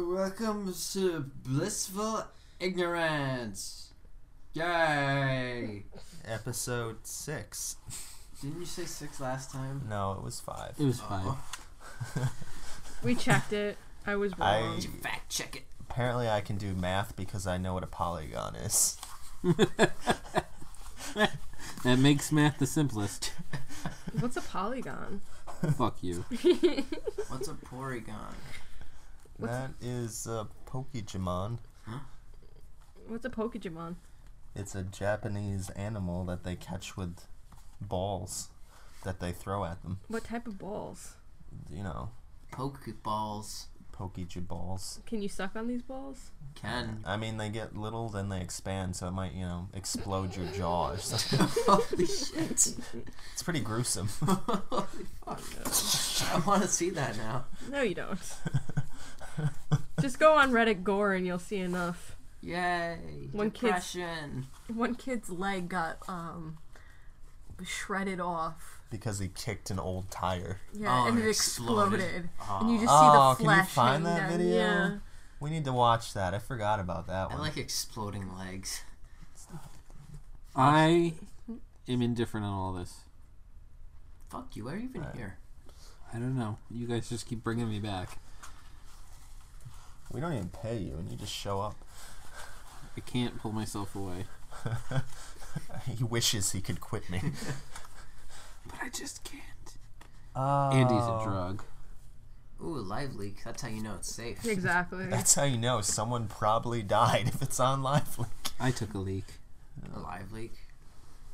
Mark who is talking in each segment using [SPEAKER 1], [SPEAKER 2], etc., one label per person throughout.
[SPEAKER 1] Welcome to Blissful Ignorance. Yay!
[SPEAKER 2] Episode six.
[SPEAKER 1] Didn't you say six last time?
[SPEAKER 2] No, it was five.
[SPEAKER 3] It was fine.
[SPEAKER 2] Uh-huh.
[SPEAKER 1] Oh.
[SPEAKER 4] We checked it. I was
[SPEAKER 2] I-
[SPEAKER 4] wrong.
[SPEAKER 1] Did you fact check it?
[SPEAKER 2] Apparently, I can do math because I know what a polygon is.
[SPEAKER 3] That makes math the simplest.
[SPEAKER 4] What's a polygon?
[SPEAKER 3] Fuck you.
[SPEAKER 1] What's a Porygon?
[SPEAKER 4] What's-
[SPEAKER 2] that is a Pokemon.
[SPEAKER 4] What's a Pokemon?
[SPEAKER 2] It's a Japanese animal that they catch with balls that they throw at them.
[SPEAKER 4] What type of balls?
[SPEAKER 2] You know,
[SPEAKER 1] Pokeballs.
[SPEAKER 2] Pokeballs.
[SPEAKER 4] Can you suck on these balls?
[SPEAKER 1] Can.
[SPEAKER 2] I mean, they get little, then they expand, so it might, you know, explode your jaw or something.
[SPEAKER 1] Holy shit.
[SPEAKER 2] it's pretty gruesome.
[SPEAKER 1] Holy fuck. I want to see that now.
[SPEAKER 4] No, you don't. Just go on Reddit Gore and you'll see enough.
[SPEAKER 1] Yay.
[SPEAKER 4] One kid's-
[SPEAKER 1] Depression.
[SPEAKER 4] One kid's leg got um shredded off.
[SPEAKER 2] because he kicked an old tire.
[SPEAKER 4] Yeah,
[SPEAKER 1] Oh,
[SPEAKER 4] and
[SPEAKER 1] it
[SPEAKER 4] it exploded.
[SPEAKER 1] exploded.
[SPEAKER 4] And you just
[SPEAKER 2] Oh,
[SPEAKER 4] see
[SPEAKER 2] can
[SPEAKER 4] the
[SPEAKER 2] you
[SPEAKER 4] flesh.
[SPEAKER 2] find
[SPEAKER 4] hanging
[SPEAKER 2] that
[SPEAKER 4] down.
[SPEAKER 2] video?
[SPEAKER 4] Yeah.
[SPEAKER 2] We need to watch that. I forgot about that
[SPEAKER 1] I
[SPEAKER 2] one.
[SPEAKER 1] like exploding legs.
[SPEAKER 3] I am indifferent on all this.
[SPEAKER 1] Fuck you, are you even
[SPEAKER 2] Uh,
[SPEAKER 1] here?
[SPEAKER 3] I don't know. You guys just keep bringing me back.
[SPEAKER 2] we don't even pay you, and you just show up.
[SPEAKER 3] I can't pull myself away.
[SPEAKER 2] he wishes he could quit me.
[SPEAKER 3] But I just can't.
[SPEAKER 2] Oh,
[SPEAKER 3] Andy's a drug.
[SPEAKER 1] Ooh, live leak. That's how you know it's safe.
[SPEAKER 4] Exactly.
[SPEAKER 2] That's how you know someone probably died if it's on
[SPEAKER 4] Oh,
[SPEAKER 2] live leak.
[SPEAKER 3] I took a leak.
[SPEAKER 1] A live leak.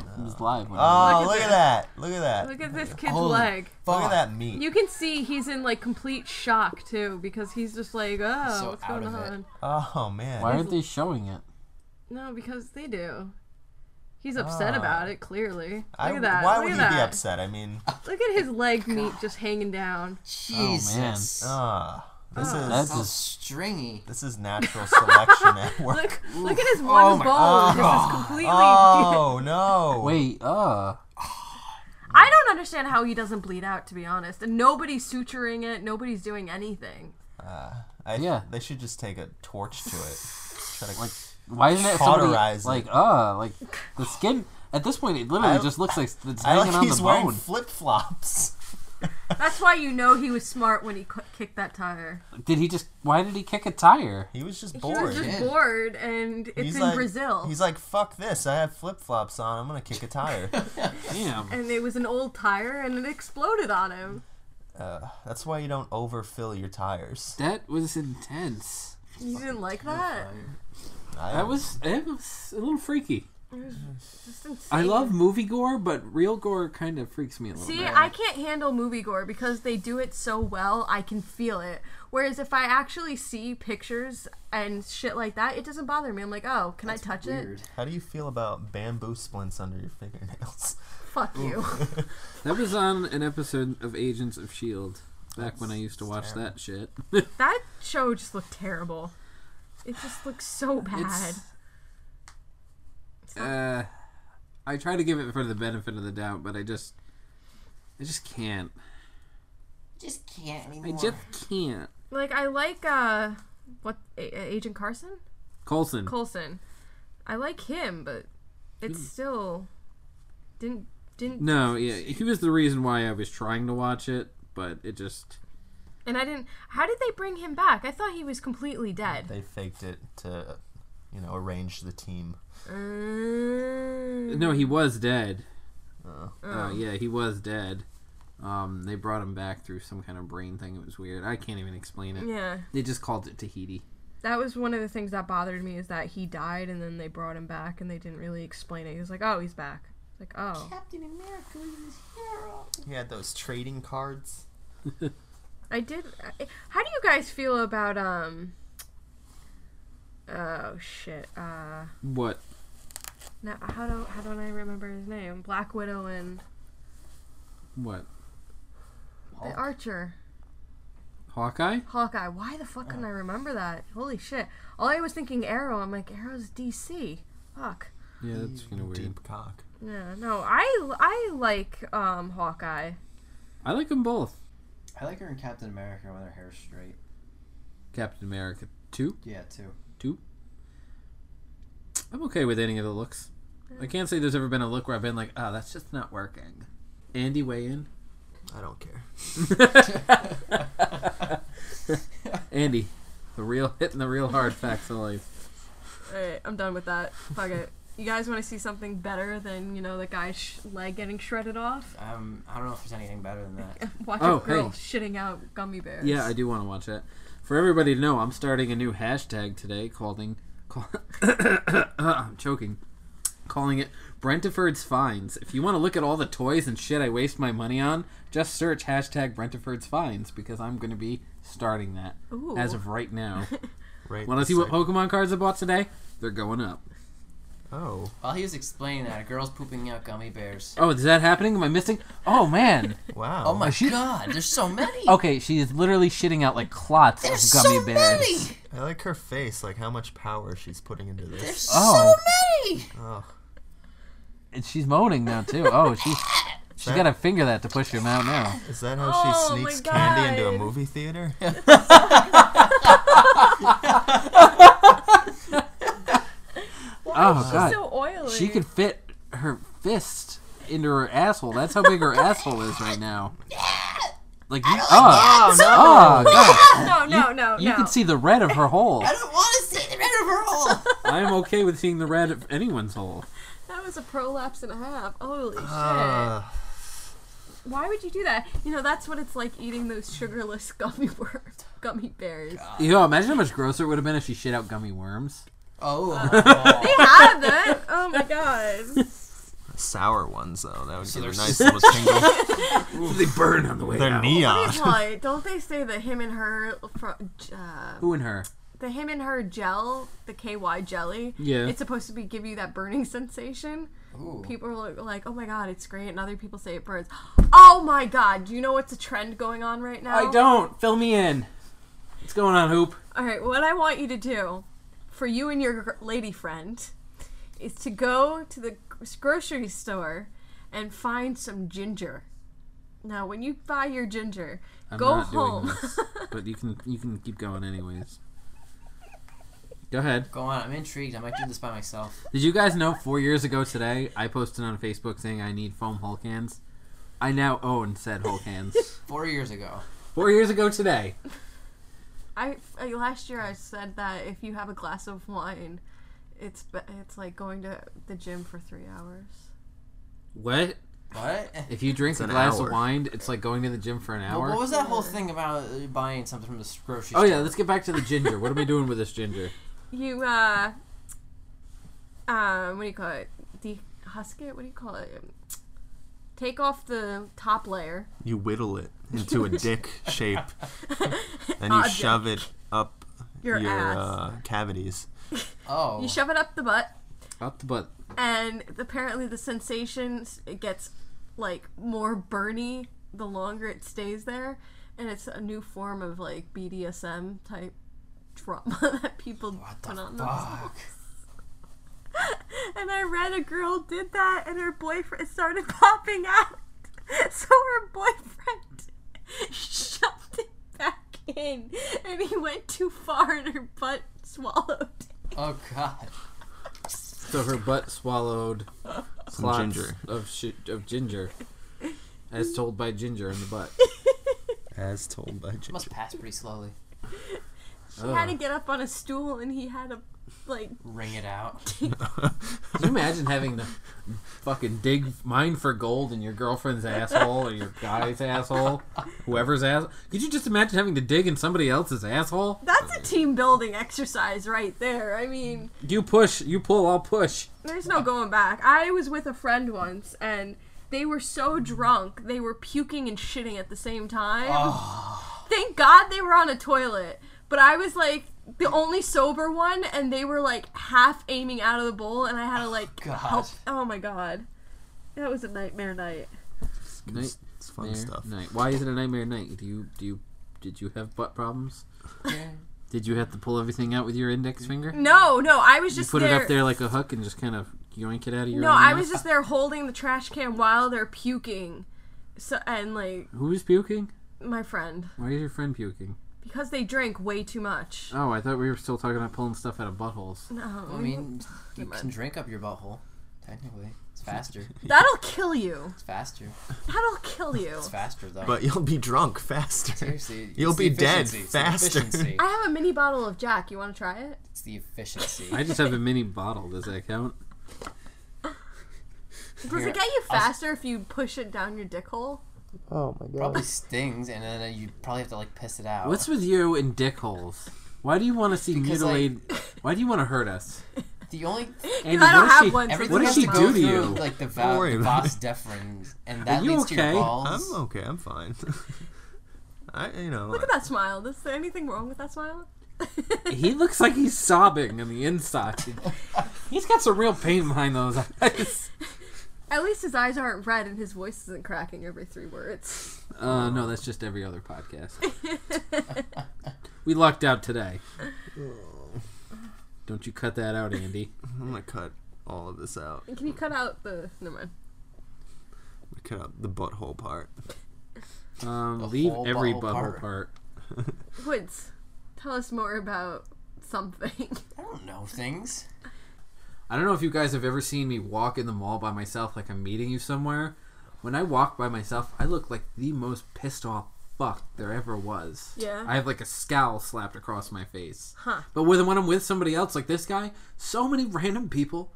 [SPEAKER 3] It was live when I
[SPEAKER 2] Oh,
[SPEAKER 4] Look at
[SPEAKER 2] look, at that! Look at that!
[SPEAKER 4] Look at this kid's
[SPEAKER 1] Holy
[SPEAKER 4] leg.
[SPEAKER 2] Look
[SPEAKER 1] Fuck.
[SPEAKER 2] at that meat.
[SPEAKER 4] You can see he's in like complete shock too because he's just like, oh,
[SPEAKER 1] So
[SPEAKER 4] what's
[SPEAKER 1] out of
[SPEAKER 4] going
[SPEAKER 1] it.
[SPEAKER 4] on?
[SPEAKER 2] oh man!
[SPEAKER 3] Why aren't they showing it?
[SPEAKER 4] No, because they do. He's upset
[SPEAKER 2] Ah.
[SPEAKER 4] about it, clearly. Look
[SPEAKER 2] I-
[SPEAKER 4] at that.
[SPEAKER 2] Why
[SPEAKER 4] Look
[SPEAKER 2] would
[SPEAKER 4] at
[SPEAKER 2] you
[SPEAKER 4] that.
[SPEAKER 2] be upset? I mean,
[SPEAKER 4] Look at his leg meat just hanging down.
[SPEAKER 1] Jesus.
[SPEAKER 2] ah, this is
[SPEAKER 3] That's
[SPEAKER 1] How
[SPEAKER 3] just
[SPEAKER 1] stringy.
[SPEAKER 2] this is natural selection at work.
[SPEAKER 4] Look, look at his one
[SPEAKER 1] my-
[SPEAKER 4] bone. This is completely.
[SPEAKER 2] Oh no!
[SPEAKER 3] wait. Uh,
[SPEAKER 4] I don't understand how he doesn't bleed out, to be honest. And nobody's suturing it. Nobody's doing anything.
[SPEAKER 2] I,
[SPEAKER 3] Yeah.
[SPEAKER 2] They should just take a torch to it. Try to,
[SPEAKER 3] why isn't that somebody
[SPEAKER 2] Cauterize it.
[SPEAKER 3] like uh like the skin? At this point, it literally
[SPEAKER 2] I-
[SPEAKER 3] just looks like it's
[SPEAKER 2] I
[SPEAKER 3] hanging
[SPEAKER 2] like
[SPEAKER 3] on
[SPEAKER 2] he's
[SPEAKER 3] the
[SPEAKER 2] wearing
[SPEAKER 3] bone.
[SPEAKER 2] flip flops.
[SPEAKER 4] That's why you know he was smart when he cu- kicked that tire.
[SPEAKER 3] Did he just? Why did he kick a tire?
[SPEAKER 2] He was just
[SPEAKER 4] He
[SPEAKER 2] bored.
[SPEAKER 4] was just
[SPEAKER 1] Yeah.
[SPEAKER 4] bored, and it's in
[SPEAKER 2] like,
[SPEAKER 4] Brazil.
[SPEAKER 2] He's like, fuck this. I have flip flops on. I'm going to kick a tire.
[SPEAKER 3] Damn.
[SPEAKER 4] and it was an old tire, and it exploded on him.
[SPEAKER 2] uh, that's why you don't overfill your tires.
[SPEAKER 3] That was intense.
[SPEAKER 4] You didn't like that?
[SPEAKER 2] I,
[SPEAKER 3] That was it was a little freaky.
[SPEAKER 4] Just insane.
[SPEAKER 3] I love movie gore, but real gore kind of freaks me a little
[SPEAKER 4] See,
[SPEAKER 3] bit.
[SPEAKER 4] I can't handle movie gore because they do it so well, I can feel it. Whereas if I actually see pictures and shit like that, it doesn't bother me. I'm like, oh, can I touch
[SPEAKER 1] Weird.
[SPEAKER 4] it?
[SPEAKER 2] How do you feel about bamboo splints under your fingernails?
[SPEAKER 4] Fuck you.
[SPEAKER 3] That was on an episode of Agents of Shield E back when I used to watch
[SPEAKER 2] terrible.
[SPEAKER 3] that shit.
[SPEAKER 4] that show just looked terrible. It just looks so bad.
[SPEAKER 3] It's uh, I try to give it for the benefit of the doubt, but I just, I just can't.
[SPEAKER 1] Just can't
[SPEAKER 3] I
[SPEAKER 1] anymore.
[SPEAKER 3] just can't.
[SPEAKER 4] Like I like uh, what A- A- Agent Carson
[SPEAKER 3] Colson,
[SPEAKER 4] Colson. I like him, but it's still didn't didn't
[SPEAKER 3] Hmm. no, yeah, he was the reason why I was trying to watch it, but it just.
[SPEAKER 4] and I didn't. How did they bring him back? I thought he was completely dead.
[SPEAKER 2] They faked it to, you know, arrange the team.
[SPEAKER 4] Mm.
[SPEAKER 3] No, he was dead.
[SPEAKER 2] Uh,
[SPEAKER 4] Oh.
[SPEAKER 3] Uh,
[SPEAKER 4] Um,
[SPEAKER 3] yeah, he was dead. Um, they brought him back through some kind of brain thing. It was weird. I can't even explain it.
[SPEAKER 4] Yeah,
[SPEAKER 3] They just called it Tahiti.
[SPEAKER 4] that was one of the things that bothered me is that he died and then they brought him back and they didn't really explain it. He was like, "Oh, he's back." It's Like, oh,
[SPEAKER 1] Captain America is his hero.
[SPEAKER 2] he had those trading cards.
[SPEAKER 4] I did. I, how do you guys feel about um? Oh shit. Uh,
[SPEAKER 3] What?
[SPEAKER 4] now how do how don't I remember his name? Black Widow and
[SPEAKER 3] What?
[SPEAKER 4] the Archer,
[SPEAKER 3] Hawkeye?
[SPEAKER 4] Hawkeye. Why the fuck couldn't I remember that? Holy shit! All I was thinking Arrow. I'm like Arrow's DC. Fuck.
[SPEAKER 3] Yeah, that's kind of weird.
[SPEAKER 2] Deep cock.
[SPEAKER 4] Yeah. No, I I like um Hawkeye.
[SPEAKER 3] I like them both.
[SPEAKER 1] I like her in Captain America when her hair's straight.
[SPEAKER 3] Captain America two.
[SPEAKER 1] Yeah, too.
[SPEAKER 3] Two. I'm okay with any of the looks. I can't say there's ever been a look where I've been like, oh, that's just not working. Andy, weigh in.
[SPEAKER 2] I don't care.
[SPEAKER 3] Andy, the real hitting the real hard facts of life.
[SPEAKER 4] Alright, I'm done with that. Fuck it. You guys want to see something better than, you know, the guy's sh- leg getting shredded off?
[SPEAKER 1] Um, I don't know if there's anything better than that.
[SPEAKER 4] Watch
[SPEAKER 3] Oh,
[SPEAKER 4] a girl
[SPEAKER 3] hey.
[SPEAKER 4] shitting out gummy bears.
[SPEAKER 3] Yeah, I do want to watch that. For everybody to know, I'm starting a new hashtag today calling. Call, I'm choking. Calling it Brentford's Finds. If you want to look at all the toys and shit I waste my money on, just search hashtag Brentford's Finds because I'm going to be starting that
[SPEAKER 4] Ooh.
[SPEAKER 3] as of right now.
[SPEAKER 2] Right.
[SPEAKER 3] want to see what
[SPEAKER 2] second-
[SPEAKER 3] Pokemon cards I bought today? They're going up.
[SPEAKER 2] Oh.
[SPEAKER 1] While he was explaining that, a girl's pooping out gummy bears.
[SPEAKER 3] Oh, is that happening? Am I missing? Oh, man.
[SPEAKER 2] Wow.
[SPEAKER 1] Oh my god, there's so many.
[SPEAKER 3] Okay, she is literally shitting out like clots
[SPEAKER 1] there's
[SPEAKER 3] of gummy
[SPEAKER 1] so
[SPEAKER 3] bears.
[SPEAKER 1] many.
[SPEAKER 2] I like her face, like how much power she's putting into this.
[SPEAKER 1] There's
[SPEAKER 3] Oh.
[SPEAKER 1] so many.
[SPEAKER 2] Oh,
[SPEAKER 3] And she's moaning now too. Oh, she's she's got to finger that to push him out now.
[SPEAKER 2] is that how
[SPEAKER 4] Oh,
[SPEAKER 2] she sneaks
[SPEAKER 4] my
[SPEAKER 2] candy into a
[SPEAKER 4] God.
[SPEAKER 2] movie theater?
[SPEAKER 3] Oh god,
[SPEAKER 4] So oily.
[SPEAKER 3] she could fit her fist into her asshole. That's how big her asshole is right now. Like you, oh,
[SPEAKER 2] Oh no!
[SPEAKER 3] oh god,
[SPEAKER 4] No, no, no,
[SPEAKER 3] you
[SPEAKER 4] no.
[SPEAKER 3] can see the red of her hole.
[SPEAKER 1] I don't want to see the red of her hole.
[SPEAKER 3] I'm okay with seeing the red of anyone's hole.
[SPEAKER 4] That was a prolapse and a half. Holy
[SPEAKER 3] Ah.
[SPEAKER 4] shit.
[SPEAKER 2] Uh,
[SPEAKER 4] Why would you do that? You know, that's what it's like eating those sugarless gummy worms, gummy bears.
[SPEAKER 3] Yo, imagine how much grosser it would have been if she shit out gummy worms.
[SPEAKER 1] Oh,
[SPEAKER 4] They have that. Oh my god.
[SPEAKER 2] sour ones though. That would
[SPEAKER 1] So
[SPEAKER 2] give a
[SPEAKER 1] they're
[SPEAKER 2] nice little tingle.
[SPEAKER 3] they burn on the way
[SPEAKER 2] They're
[SPEAKER 3] Ah.
[SPEAKER 2] neon.
[SPEAKER 4] Why don't they say that him and her, fro- uh,
[SPEAKER 3] Who and her?
[SPEAKER 4] the him and her gel, the KY jelly?
[SPEAKER 3] Yeah.
[SPEAKER 4] It's supposed to be give you that burning sensation.
[SPEAKER 1] Ooh.
[SPEAKER 4] People are like- like, oh my god, it's great, and other people say it burns. Oh my god, do you know what's a trend going on right now?
[SPEAKER 3] I don't. Fill me in. What's going on, Hoop?
[SPEAKER 4] All right, what I want you to do for you and your gr- lady friend is to go to the gr- grocery store and find some ginger. Now, when you buy your ginger,
[SPEAKER 3] I'm
[SPEAKER 4] go
[SPEAKER 3] not
[SPEAKER 4] home.
[SPEAKER 3] doing this, but you can you can keep going anyways. Go ahead.
[SPEAKER 1] Go on, I'm intrigued. I might do this by myself.
[SPEAKER 3] Did you guys know four years ago today I posted on Facebook saying I need foam Hulk hands? I now own said Hulk hands.
[SPEAKER 1] Four years ago.
[SPEAKER 3] four years ago today.
[SPEAKER 4] I, I last year I said that if you have a glass of wine, it's be- it's like going to the gym for three hours.
[SPEAKER 3] What?
[SPEAKER 1] What?
[SPEAKER 3] If you drink
[SPEAKER 2] It's
[SPEAKER 3] a
[SPEAKER 2] an
[SPEAKER 3] glass
[SPEAKER 2] hour.
[SPEAKER 3] of wine, it's like going to the gym for an
[SPEAKER 1] Well,
[SPEAKER 3] hour.
[SPEAKER 1] what was that whole thing about uh, buying something from the s- grocery
[SPEAKER 3] oh
[SPEAKER 1] store?
[SPEAKER 3] yeah, let's get back to the ginger. what am I doing with this ginger?
[SPEAKER 4] You uh, um, what do you call it? De husk it? What do you call it? Take off the top layer.
[SPEAKER 2] You whittle it into a dick shape, and you
[SPEAKER 4] Object.
[SPEAKER 2] shove it up
[SPEAKER 4] Your ass.
[SPEAKER 2] Uh, cavities.
[SPEAKER 1] Oh.
[SPEAKER 4] You shove it up the butt,
[SPEAKER 3] Up the butt.
[SPEAKER 4] and apparently the sensation s- it gets like more burny the longer it stays there, and it's a new form of like BDSM type trauma that people
[SPEAKER 1] what
[SPEAKER 4] put on
[SPEAKER 1] the
[SPEAKER 4] themselves.
[SPEAKER 1] fuck?
[SPEAKER 4] And I read a girl did that, and her boyfriend started popping out, so her boyfriend shoved it back in, and he went too far, and her butt swallowed.
[SPEAKER 1] Oh god.
[SPEAKER 3] So her butt swallowed
[SPEAKER 2] Some
[SPEAKER 3] clots
[SPEAKER 2] ginger.
[SPEAKER 3] of shi of ginger, as told by ginger in the butt.
[SPEAKER 2] As told by
[SPEAKER 1] It
[SPEAKER 2] Ginger.
[SPEAKER 1] must pass pretty slowly.
[SPEAKER 4] She had to get up on a stool, and he had to like
[SPEAKER 1] Ring it out.
[SPEAKER 3] Can you imagine having to fucking dig mine for gold in your girlfriend's asshole or your guy's asshole, whoever's asshole? Could you just imagine having to dig in somebody else's asshole?
[SPEAKER 4] That's a team building exercise right there. I mean,
[SPEAKER 3] You push, you pull, I'll push.
[SPEAKER 4] there's no going back. I was with a friend once and they were so drunk, they were puking and shitting at the same time.
[SPEAKER 3] Ah.
[SPEAKER 4] Thank God they were on a toilet. But I was like the only sober one and they were like half aiming out of the bowl and I had to like
[SPEAKER 1] God.
[SPEAKER 4] help. Oh my god. That was a nightmare night.
[SPEAKER 3] Night,
[SPEAKER 2] It's fun stuff.
[SPEAKER 3] night. Why is it a nightmare night? Do you do you did you have butt problems?
[SPEAKER 1] Yeah.
[SPEAKER 3] Did you have to pull everything out with your index finger?
[SPEAKER 4] No, no, I was
[SPEAKER 3] You
[SPEAKER 4] just
[SPEAKER 3] put
[SPEAKER 4] there.
[SPEAKER 3] it up there like a hook and just kind of yoink it out of your.
[SPEAKER 4] No,
[SPEAKER 3] own
[SPEAKER 4] I
[SPEAKER 3] ass?
[SPEAKER 4] was just there holding the trash can while they're puking. So and like
[SPEAKER 3] Who was puking?
[SPEAKER 4] my friend.
[SPEAKER 3] Why is your friend puking?
[SPEAKER 4] because they drink way too much.
[SPEAKER 3] Oh, I thought we were still talking about pulling stuff out of buttholes.
[SPEAKER 4] No,
[SPEAKER 1] Well, I mean, you can drink up your butthole. Technically, it's faster.
[SPEAKER 4] that'll kill you.
[SPEAKER 1] It's faster.
[SPEAKER 4] That'll kill you.
[SPEAKER 1] It's faster though.
[SPEAKER 2] But you'll be drunk faster.
[SPEAKER 1] seriously, it's
[SPEAKER 2] you'll
[SPEAKER 1] the
[SPEAKER 2] be dead
[SPEAKER 1] efficiency, it's the
[SPEAKER 2] faster.
[SPEAKER 1] efficiency.
[SPEAKER 4] I have a mini bottle of Jack. You want to try it?
[SPEAKER 1] It's the efficiency.
[SPEAKER 3] I just have a mini bottle. Does that count?
[SPEAKER 4] Does
[SPEAKER 1] Here,
[SPEAKER 4] it get you
[SPEAKER 1] I'll s-
[SPEAKER 4] faster if you push it down your dick hole?
[SPEAKER 2] Oh my god.
[SPEAKER 1] Probably stings, and then uh, you probably have to like piss it out.
[SPEAKER 3] What's with you and dick holes? Why do you want to see
[SPEAKER 1] Because,
[SPEAKER 3] mutilated? Why do you want to hurt us?
[SPEAKER 1] the only
[SPEAKER 3] Andy,
[SPEAKER 4] I don't
[SPEAKER 3] what does
[SPEAKER 4] have
[SPEAKER 3] she-
[SPEAKER 4] one.
[SPEAKER 1] everything
[SPEAKER 3] What did
[SPEAKER 1] has
[SPEAKER 3] she
[SPEAKER 1] to
[SPEAKER 3] do
[SPEAKER 1] go
[SPEAKER 3] to
[SPEAKER 1] through,
[SPEAKER 3] you?
[SPEAKER 1] Like the
[SPEAKER 2] Don't
[SPEAKER 1] va-
[SPEAKER 2] worry
[SPEAKER 1] the
[SPEAKER 2] about
[SPEAKER 1] vas deferens, and that
[SPEAKER 3] you
[SPEAKER 1] leads to
[SPEAKER 3] okay?
[SPEAKER 1] your balls.
[SPEAKER 2] I'm okay. I'm fine. I, you know,
[SPEAKER 4] Look at that smile. Is there anything wrong with that smile?
[SPEAKER 3] He looks like he's sobbing on the inside. he's got some real pain behind those eyes.
[SPEAKER 4] At least his eyes aren't red and his voice isn't cracking every three words.
[SPEAKER 3] Uh, no, that's just every other podcast. we lucked out today. Don't you cut that out, Andy.
[SPEAKER 2] I'm gonna cut all of this out.
[SPEAKER 4] Can you cut out the? Never mind.
[SPEAKER 2] We cut out the butthole part.
[SPEAKER 3] Um,
[SPEAKER 1] The
[SPEAKER 3] leave
[SPEAKER 1] whole
[SPEAKER 3] every
[SPEAKER 1] butthole part.
[SPEAKER 3] butthole part.
[SPEAKER 4] Woods, tell us more about something.
[SPEAKER 1] I don't know things.
[SPEAKER 3] I don't know if you guys have ever seen me walk in the mall by myself, like I'm meeting you somewhere. When I walk by myself, I look like the most pissed off fuck there ever was.
[SPEAKER 4] Yeah.
[SPEAKER 3] I have like a scowl slapped across my face.
[SPEAKER 4] Huh.
[SPEAKER 3] But with, when I'm with somebody else, like this guy, so many random people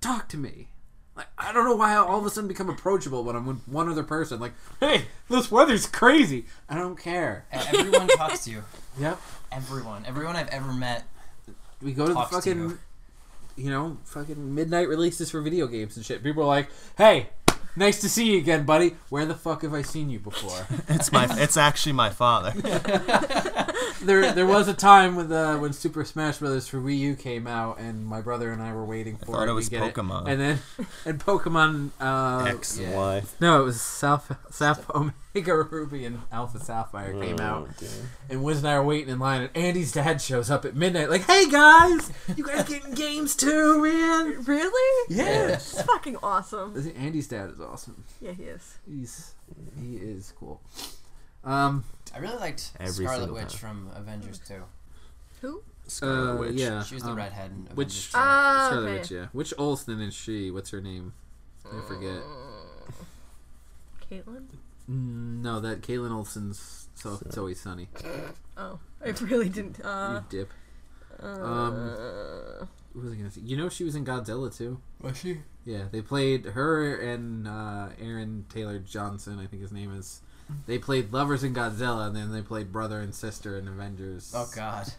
[SPEAKER 3] talk to me. Like I don't know why I all of a sudden become approachable when I'm with one other person. Like, hey, this weather's crazy. I don't care.
[SPEAKER 1] E- Everyone talks to you.
[SPEAKER 3] Yep.
[SPEAKER 1] Everyone, everyone I've ever met.
[SPEAKER 3] we go to the
[SPEAKER 1] Talks to
[SPEAKER 3] fucking you.
[SPEAKER 1] you.
[SPEAKER 3] know fucking midnight releases for video games and shit people are like hey nice to see you again buddy where the fuck have i seen you before
[SPEAKER 2] It's my. it's actually my father.
[SPEAKER 3] there there was a time when uh, when super smash brothers for wii u came out and my brother and i were waiting for
[SPEAKER 2] thought
[SPEAKER 3] it
[SPEAKER 2] it was
[SPEAKER 3] to get
[SPEAKER 2] Pokemon.
[SPEAKER 3] and then and pokemon uh
[SPEAKER 2] X and
[SPEAKER 1] yeah.
[SPEAKER 2] Y.
[SPEAKER 3] no it was south south omega ruby and alpha sapphire came out
[SPEAKER 2] Oh,
[SPEAKER 3] and Wiz and I are waiting in line, and Andy's dad shows up at midnight, like, "Hey guys, you guys getting games too, man?"
[SPEAKER 4] really?
[SPEAKER 3] Yeah,
[SPEAKER 4] It's fucking awesome.
[SPEAKER 3] Andy's dad is awesome.
[SPEAKER 4] Yeah, he is.
[SPEAKER 3] He's he is cool. Um,
[SPEAKER 1] I really liked
[SPEAKER 2] Every
[SPEAKER 1] Scarlet
[SPEAKER 2] single
[SPEAKER 1] Witch
[SPEAKER 2] time.
[SPEAKER 1] from Avengers 2.
[SPEAKER 4] Who?
[SPEAKER 2] Scarlet
[SPEAKER 3] uh,
[SPEAKER 2] Witch.
[SPEAKER 3] yeah,
[SPEAKER 1] She was the
[SPEAKER 3] um,
[SPEAKER 1] redhead in
[SPEAKER 3] which-
[SPEAKER 1] Avengers 2.
[SPEAKER 4] Uh,
[SPEAKER 3] Scarlet
[SPEAKER 4] okay.
[SPEAKER 3] Witch, yeah. Which Olsen is she? What's her name? I forget.
[SPEAKER 4] Caitlin.
[SPEAKER 3] Mm, No, that Caitlin Olsen's. So it's always sunny.
[SPEAKER 4] Oh, I really didn't. Uh,
[SPEAKER 3] you dip.
[SPEAKER 4] uh,
[SPEAKER 3] What was I gonna say? You know she was in Godzilla too.
[SPEAKER 1] was she?
[SPEAKER 3] Yeah, they played her and uh, Aaron Taylor Johnson. I think his name is. They played lovers in Godzilla, and then they played brother and sister in Avengers.
[SPEAKER 1] Oh God.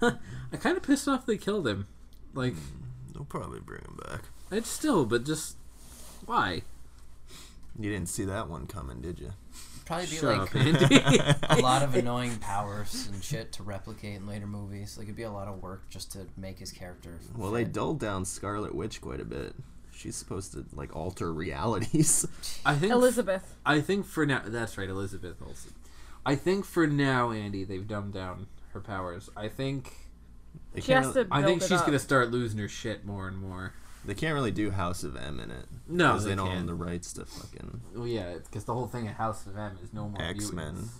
[SPEAKER 3] I kind of pissed off they killed him. Like,
[SPEAKER 1] Hmm.
[SPEAKER 2] They'll probably bring him back.
[SPEAKER 3] it's still, but just why?
[SPEAKER 2] You didn't see that one coming, did you?
[SPEAKER 1] Probably be
[SPEAKER 3] Shut
[SPEAKER 1] like
[SPEAKER 3] up, Andy.
[SPEAKER 1] a lot of annoying powers and shit to replicate in later movies. Like it'd be a lot of work just to make his character.
[SPEAKER 2] Well, they
[SPEAKER 1] fit.
[SPEAKER 2] dulled down Scarlet Witch quite a bit. She's supposed to like alter realities.
[SPEAKER 3] I think
[SPEAKER 4] Elizabeth.
[SPEAKER 3] I think for now, that's right, Elizabeth Olsen. I think for now, Andy, they've dumbed down her powers. I think
[SPEAKER 2] They
[SPEAKER 4] She has
[SPEAKER 2] can't,
[SPEAKER 4] to.
[SPEAKER 2] really-
[SPEAKER 3] I think
[SPEAKER 4] build it
[SPEAKER 3] she's
[SPEAKER 4] up.
[SPEAKER 3] gonna start losing her shit more and more.
[SPEAKER 2] they can't really do House of M in it.
[SPEAKER 3] No,
[SPEAKER 2] because they,
[SPEAKER 3] they
[SPEAKER 2] don't
[SPEAKER 3] can't.
[SPEAKER 2] own the rights to fucking
[SPEAKER 3] Well, yeah, because the whole thing at House of M is no more
[SPEAKER 2] X Men.
[SPEAKER 3] mutants.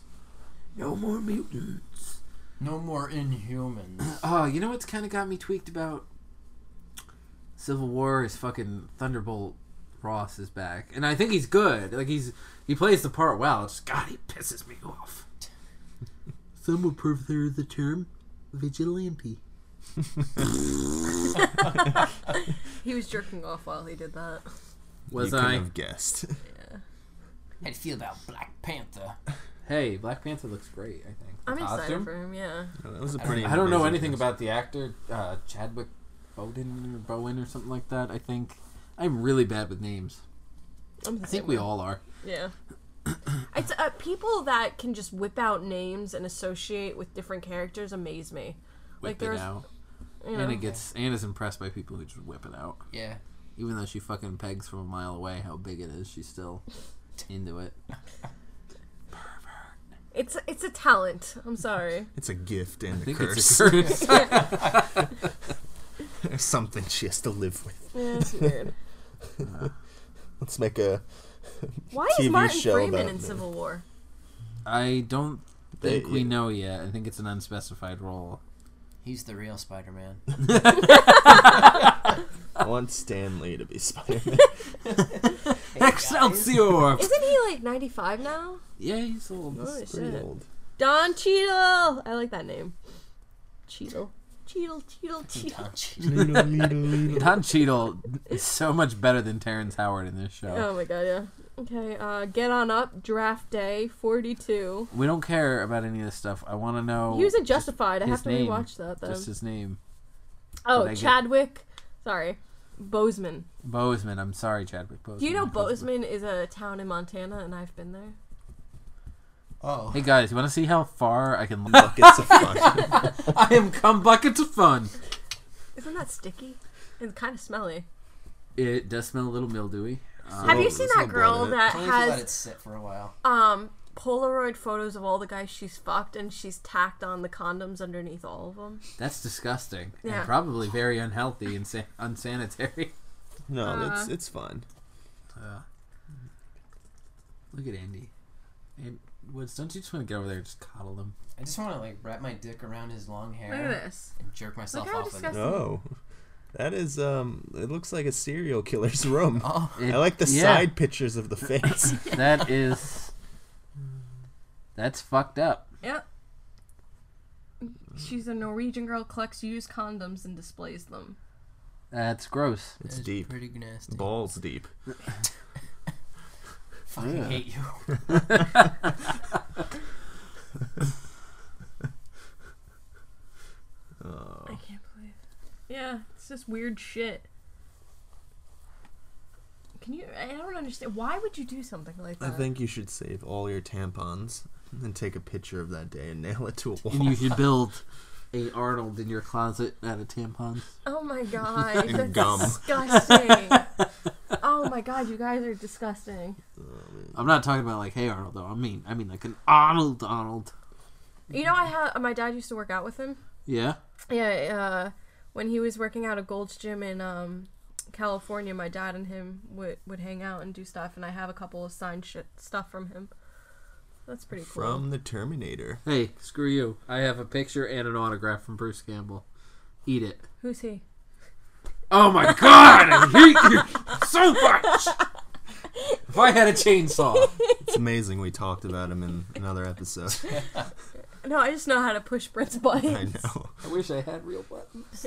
[SPEAKER 3] No more mutants.
[SPEAKER 1] No more Inhumans.
[SPEAKER 3] Oh, you know what's kind of got me tweaked about Civil War is fucking Thunderbolt Ross is back, and I think he's good. Like he's he plays the part well. It's just, God, he pisses me off. Some would prefer the term vigilante.
[SPEAKER 4] He was jerking off while he did that.
[SPEAKER 3] Was
[SPEAKER 2] you
[SPEAKER 3] I?
[SPEAKER 2] could have guessed.
[SPEAKER 1] How do you feel about Black Panther?
[SPEAKER 3] Hey, Black Panther looks great. I think.
[SPEAKER 4] I'm
[SPEAKER 3] The
[SPEAKER 4] excited
[SPEAKER 3] costume?
[SPEAKER 4] for him. Yeah.
[SPEAKER 2] that was a
[SPEAKER 1] I-
[SPEAKER 2] pretty.
[SPEAKER 3] I don't know
[SPEAKER 2] amazing
[SPEAKER 3] anything
[SPEAKER 2] guess.
[SPEAKER 3] about the actor uh, Chadwick Bowden or Bowen or something like that. I think I'm really bad with names.
[SPEAKER 4] I'm the
[SPEAKER 3] I think
[SPEAKER 4] same
[SPEAKER 3] we
[SPEAKER 4] way.
[SPEAKER 3] all are.
[SPEAKER 4] Yeah. It's uh, people that can just whip out names and associate with different characters amaze me.
[SPEAKER 3] Whip
[SPEAKER 4] Like, there's-
[SPEAKER 3] it out.
[SPEAKER 4] You know,
[SPEAKER 3] Anna gets Anna's impressed by people who just whip it out.
[SPEAKER 1] Yeah.
[SPEAKER 3] Even though she fucking pegs from a mile away how big it is, she's still into it.
[SPEAKER 4] it's it's a talent. I'm sorry.
[SPEAKER 2] It's a gift and
[SPEAKER 3] I
[SPEAKER 2] a
[SPEAKER 3] think it's
[SPEAKER 2] curse.
[SPEAKER 3] a curse.
[SPEAKER 2] Something she has to live with.
[SPEAKER 4] Yeah, it's weird.
[SPEAKER 2] Let's make a
[SPEAKER 4] Why is
[SPEAKER 2] TV
[SPEAKER 4] Martin
[SPEAKER 2] show
[SPEAKER 4] Freeman
[SPEAKER 2] about
[SPEAKER 4] in
[SPEAKER 2] that.
[SPEAKER 4] Civil War?
[SPEAKER 3] I don't think
[SPEAKER 2] They-
[SPEAKER 3] we know yet. I think it's an unspecified role.
[SPEAKER 1] He's the real Spider-Man.
[SPEAKER 2] I want Stan Lee to be Spider Man.
[SPEAKER 3] Excelsior!
[SPEAKER 4] Isn't he like 95 now?
[SPEAKER 3] yeah, he's old.
[SPEAKER 4] Holy
[SPEAKER 2] Pretty
[SPEAKER 4] shit.
[SPEAKER 2] old.
[SPEAKER 4] Don Cheadle. I like that name. Cheadle. Cheadle, Cheadle, Cheadle.
[SPEAKER 3] Don Cheadle is so much better than Terrence Howard in this show.
[SPEAKER 4] Oh my god, yeah. Okay, uh, get on up. Draft day 42.
[SPEAKER 3] We don't care about any of this stuff. I want to know.
[SPEAKER 4] he was in Justified. I
[SPEAKER 3] Oh, his
[SPEAKER 4] have to
[SPEAKER 3] name.
[SPEAKER 4] rewatch that then.
[SPEAKER 3] Just his name.
[SPEAKER 4] oh,
[SPEAKER 3] did I get-
[SPEAKER 4] Chadwick. Sorry. Bozeman.
[SPEAKER 3] Bozeman. I'm sorry, Chadwick Bozeman.
[SPEAKER 4] Do you know Bozeman is a town in Montana and I've been there?
[SPEAKER 1] Oh,
[SPEAKER 3] Hey guys, you want to see how far I can?
[SPEAKER 2] Buckets of fun.
[SPEAKER 3] I am cum buckets of fun.
[SPEAKER 4] Isn't that sticky? It's kind of smelly.
[SPEAKER 3] It does smell a little mildewy. Uh,
[SPEAKER 4] have you
[SPEAKER 2] there's
[SPEAKER 4] seen
[SPEAKER 2] no
[SPEAKER 4] that girl
[SPEAKER 2] blood in it.
[SPEAKER 4] that
[SPEAKER 1] only if you let
[SPEAKER 4] has
[SPEAKER 1] it sit for a while.
[SPEAKER 4] um Polaroid photos of all the guys she's fucked and she's tacked on the condoms underneath all of them?
[SPEAKER 3] that's disgusting.
[SPEAKER 4] Yeah.
[SPEAKER 3] And probably very unhealthy and sa- unsanitary.
[SPEAKER 2] No, it's
[SPEAKER 4] Uh.
[SPEAKER 2] it's fine.
[SPEAKER 3] Look at Andy. And Woods, don't you just want to go over there and just coddle him?
[SPEAKER 1] I just want to like wrap my dick around his long hair
[SPEAKER 4] Look at this.
[SPEAKER 1] and jerk myself
[SPEAKER 4] how
[SPEAKER 1] off. With
[SPEAKER 4] disgusting-
[SPEAKER 1] it.
[SPEAKER 2] No. That is um it looks like a serial killer's room.
[SPEAKER 1] Oh,
[SPEAKER 2] I like the
[SPEAKER 3] Yeah.
[SPEAKER 2] side pictures of the face.
[SPEAKER 3] That is. That's fucked up.
[SPEAKER 4] Yep. She's a Norwegian girl, collects used condoms and displays them.
[SPEAKER 3] That's gross.
[SPEAKER 2] it's
[SPEAKER 1] that's
[SPEAKER 2] deep.
[SPEAKER 1] Pretty nasty.
[SPEAKER 2] Balls deep.
[SPEAKER 1] Fucking
[SPEAKER 3] Yeah.
[SPEAKER 1] hate you.
[SPEAKER 2] Oh.
[SPEAKER 4] I can't believe. Yeah, it's just weird shit. Can you? I don't understand. Why would you do something like
[SPEAKER 2] I
[SPEAKER 4] that?
[SPEAKER 2] think you should save all your tampons and take a picture of that day and nail it to a
[SPEAKER 3] And
[SPEAKER 2] wall.
[SPEAKER 3] you should build a Arnold in your closet out of tampons.
[SPEAKER 4] oh my god,
[SPEAKER 2] And
[SPEAKER 4] that's
[SPEAKER 2] gum.
[SPEAKER 4] disgusting. oh my god, you guys are disgusting.
[SPEAKER 3] I'm not talking about like, hey Arnold though. I mean, I mean like an Arnold, Arnold.
[SPEAKER 4] You know, I have my dad used to work out with him.
[SPEAKER 3] Yeah.
[SPEAKER 4] Yeah, uh, when he was working out at Gold's Gym in um, California, my dad and him would would hang out and do stuff, and I have a couple of signed shit stuff from him. That's pretty cool.
[SPEAKER 2] From the Terminator.
[SPEAKER 3] Hey, screw you. I have a picture and an autograph from Bruce Campbell. Eat it.
[SPEAKER 4] Who's he?
[SPEAKER 3] Oh my god, I hate you so much. If I had a chainsaw,
[SPEAKER 2] It's amazing we talked about him in another episode.
[SPEAKER 4] No, I just know how to push Brent's buttons.
[SPEAKER 2] I know.
[SPEAKER 3] I wish I had real buttons.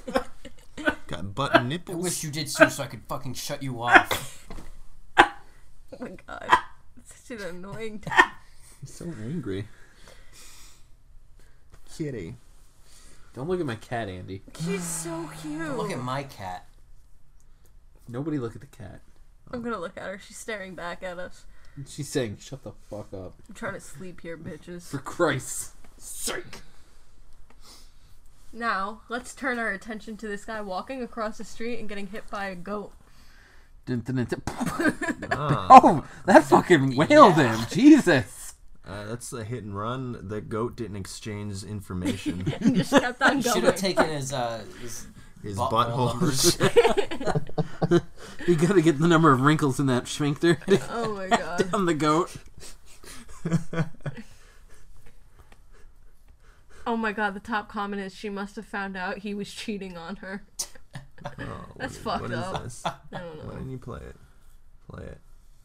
[SPEAKER 2] Got button
[SPEAKER 1] I
[SPEAKER 2] nipples.
[SPEAKER 1] wish you did so, so I could fucking shut you off.
[SPEAKER 4] Oh my god. Such an annoying
[SPEAKER 3] so angry.
[SPEAKER 2] Kitty.
[SPEAKER 3] Don't look at my cat, Andy.
[SPEAKER 4] She's so cute.
[SPEAKER 1] Look at my cat.
[SPEAKER 3] Nobody look at the cat.
[SPEAKER 4] I'm gonna look at her. She's staring back at us.
[SPEAKER 3] She's saying, "Shut the fuck up."
[SPEAKER 4] I'm trying to sleep here, bitches.
[SPEAKER 3] For Christ's sake.
[SPEAKER 4] Now, let's turn our attention to this guy walking across the street and getting hit by a goat.
[SPEAKER 3] Dun, dun, dun, dun.
[SPEAKER 2] Ah,
[SPEAKER 3] Oh, that fucking wailed him. Jesus.
[SPEAKER 2] uh, that's a hit and run. The goat didn't exchange information.
[SPEAKER 4] And just kept on
[SPEAKER 1] Should
[SPEAKER 4] going.
[SPEAKER 1] have taken his uh his,
[SPEAKER 2] His
[SPEAKER 1] butthole
[SPEAKER 2] butthole. Oh,
[SPEAKER 1] numbers.
[SPEAKER 3] You gotta get the number of wrinkles in that sphincter.
[SPEAKER 4] oh my god.
[SPEAKER 3] I'm the goat.
[SPEAKER 4] Oh my god, the top comment is she must have found out he was cheating on her.
[SPEAKER 2] Oh,
[SPEAKER 4] That's
[SPEAKER 2] what is-
[SPEAKER 4] fucked
[SPEAKER 2] what is
[SPEAKER 4] up.
[SPEAKER 2] this?
[SPEAKER 4] I don't know.
[SPEAKER 2] Why didn't you play it? Play it.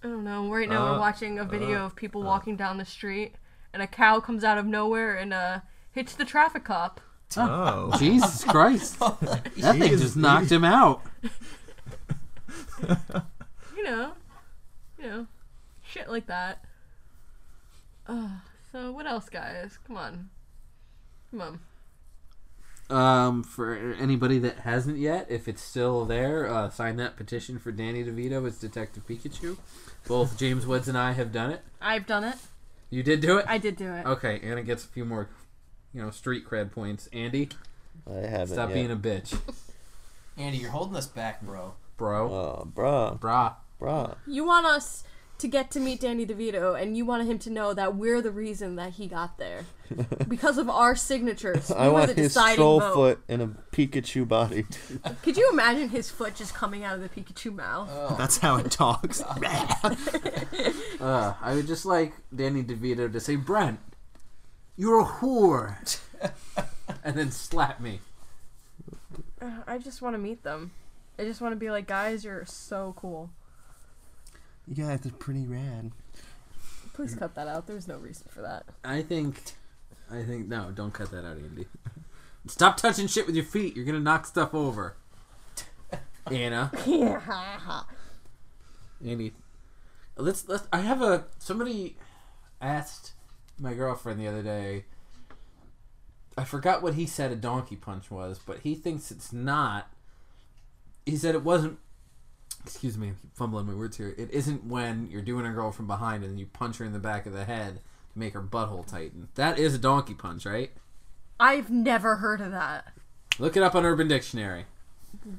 [SPEAKER 4] I don't know. Right now, we're
[SPEAKER 2] Uh,
[SPEAKER 4] watching a video
[SPEAKER 2] uh,
[SPEAKER 4] of people walking down the street, and a cow comes out of nowhere and uh, hits the traffic cop.
[SPEAKER 2] Oh.
[SPEAKER 3] Jesus Christ. That thing
[SPEAKER 2] is-
[SPEAKER 3] just knocked him out.
[SPEAKER 4] You know, you know, shit like that. Ugh, so what else, guys? Come on, come on.
[SPEAKER 3] Um, for anybody that hasn't yet, if it's still there, uh, sign that petition for Danny DeVito as Detective Pikachu. Both James Woods and I have done it.
[SPEAKER 4] I've done it.
[SPEAKER 3] You did do it?
[SPEAKER 4] I did do it.
[SPEAKER 3] Okay, and it gets a few more, you know, street cred points. Andy,
[SPEAKER 2] I haven't.
[SPEAKER 3] stop being a bitch.
[SPEAKER 1] Andy, you're holding us back, bro.
[SPEAKER 3] Bro.
[SPEAKER 2] Oh, bruh,
[SPEAKER 3] Brah.
[SPEAKER 2] bruh.
[SPEAKER 4] You want us to get to meet Danny DeVito, and you want him to know that we're the reason that he got there because of our signatures.
[SPEAKER 2] I
[SPEAKER 4] we
[SPEAKER 2] want
[SPEAKER 4] were the
[SPEAKER 2] his
[SPEAKER 4] deciding
[SPEAKER 2] troll
[SPEAKER 4] vote.
[SPEAKER 2] foot in a Pikachu body.
[SPEAKER 4] Could you imagine his foot just coming out of the Pikachu mouth?
[SPEAKER 2] That's how it talks.
[SPEAKER 3] Uh, I would just like Danny DeVito to say, Brent, You're a whore. and then slap me.
[SPEAKER 4] Ugh, I just want to meet them. I just want to be like, guys, you're so cool.
[SPEAKER 2] You guys are pretty rad.
[SPEAKER 4] Please cut that out. There's no reason for that.
[SPEAKER 3] I think. I think. No, don't cut that out, Andy. Stop touching shit with your feet. You're going to knock stuff over. Anna. Andy. Let's let's I have a somebody asked my girlfriend the other day I forgot what he said a donkey punch was, but he thinks it's not he said it wasn't excuse me, I'm fumbling my words here. It isn't when you're doing a girl from behind and you punch her in the back of the head to make her butthole tighten. That is a donkey punch, right?
[SPEAKER 4] I've never heard of that.
[SPEAKER 3] Look it up on Urban Dictionary.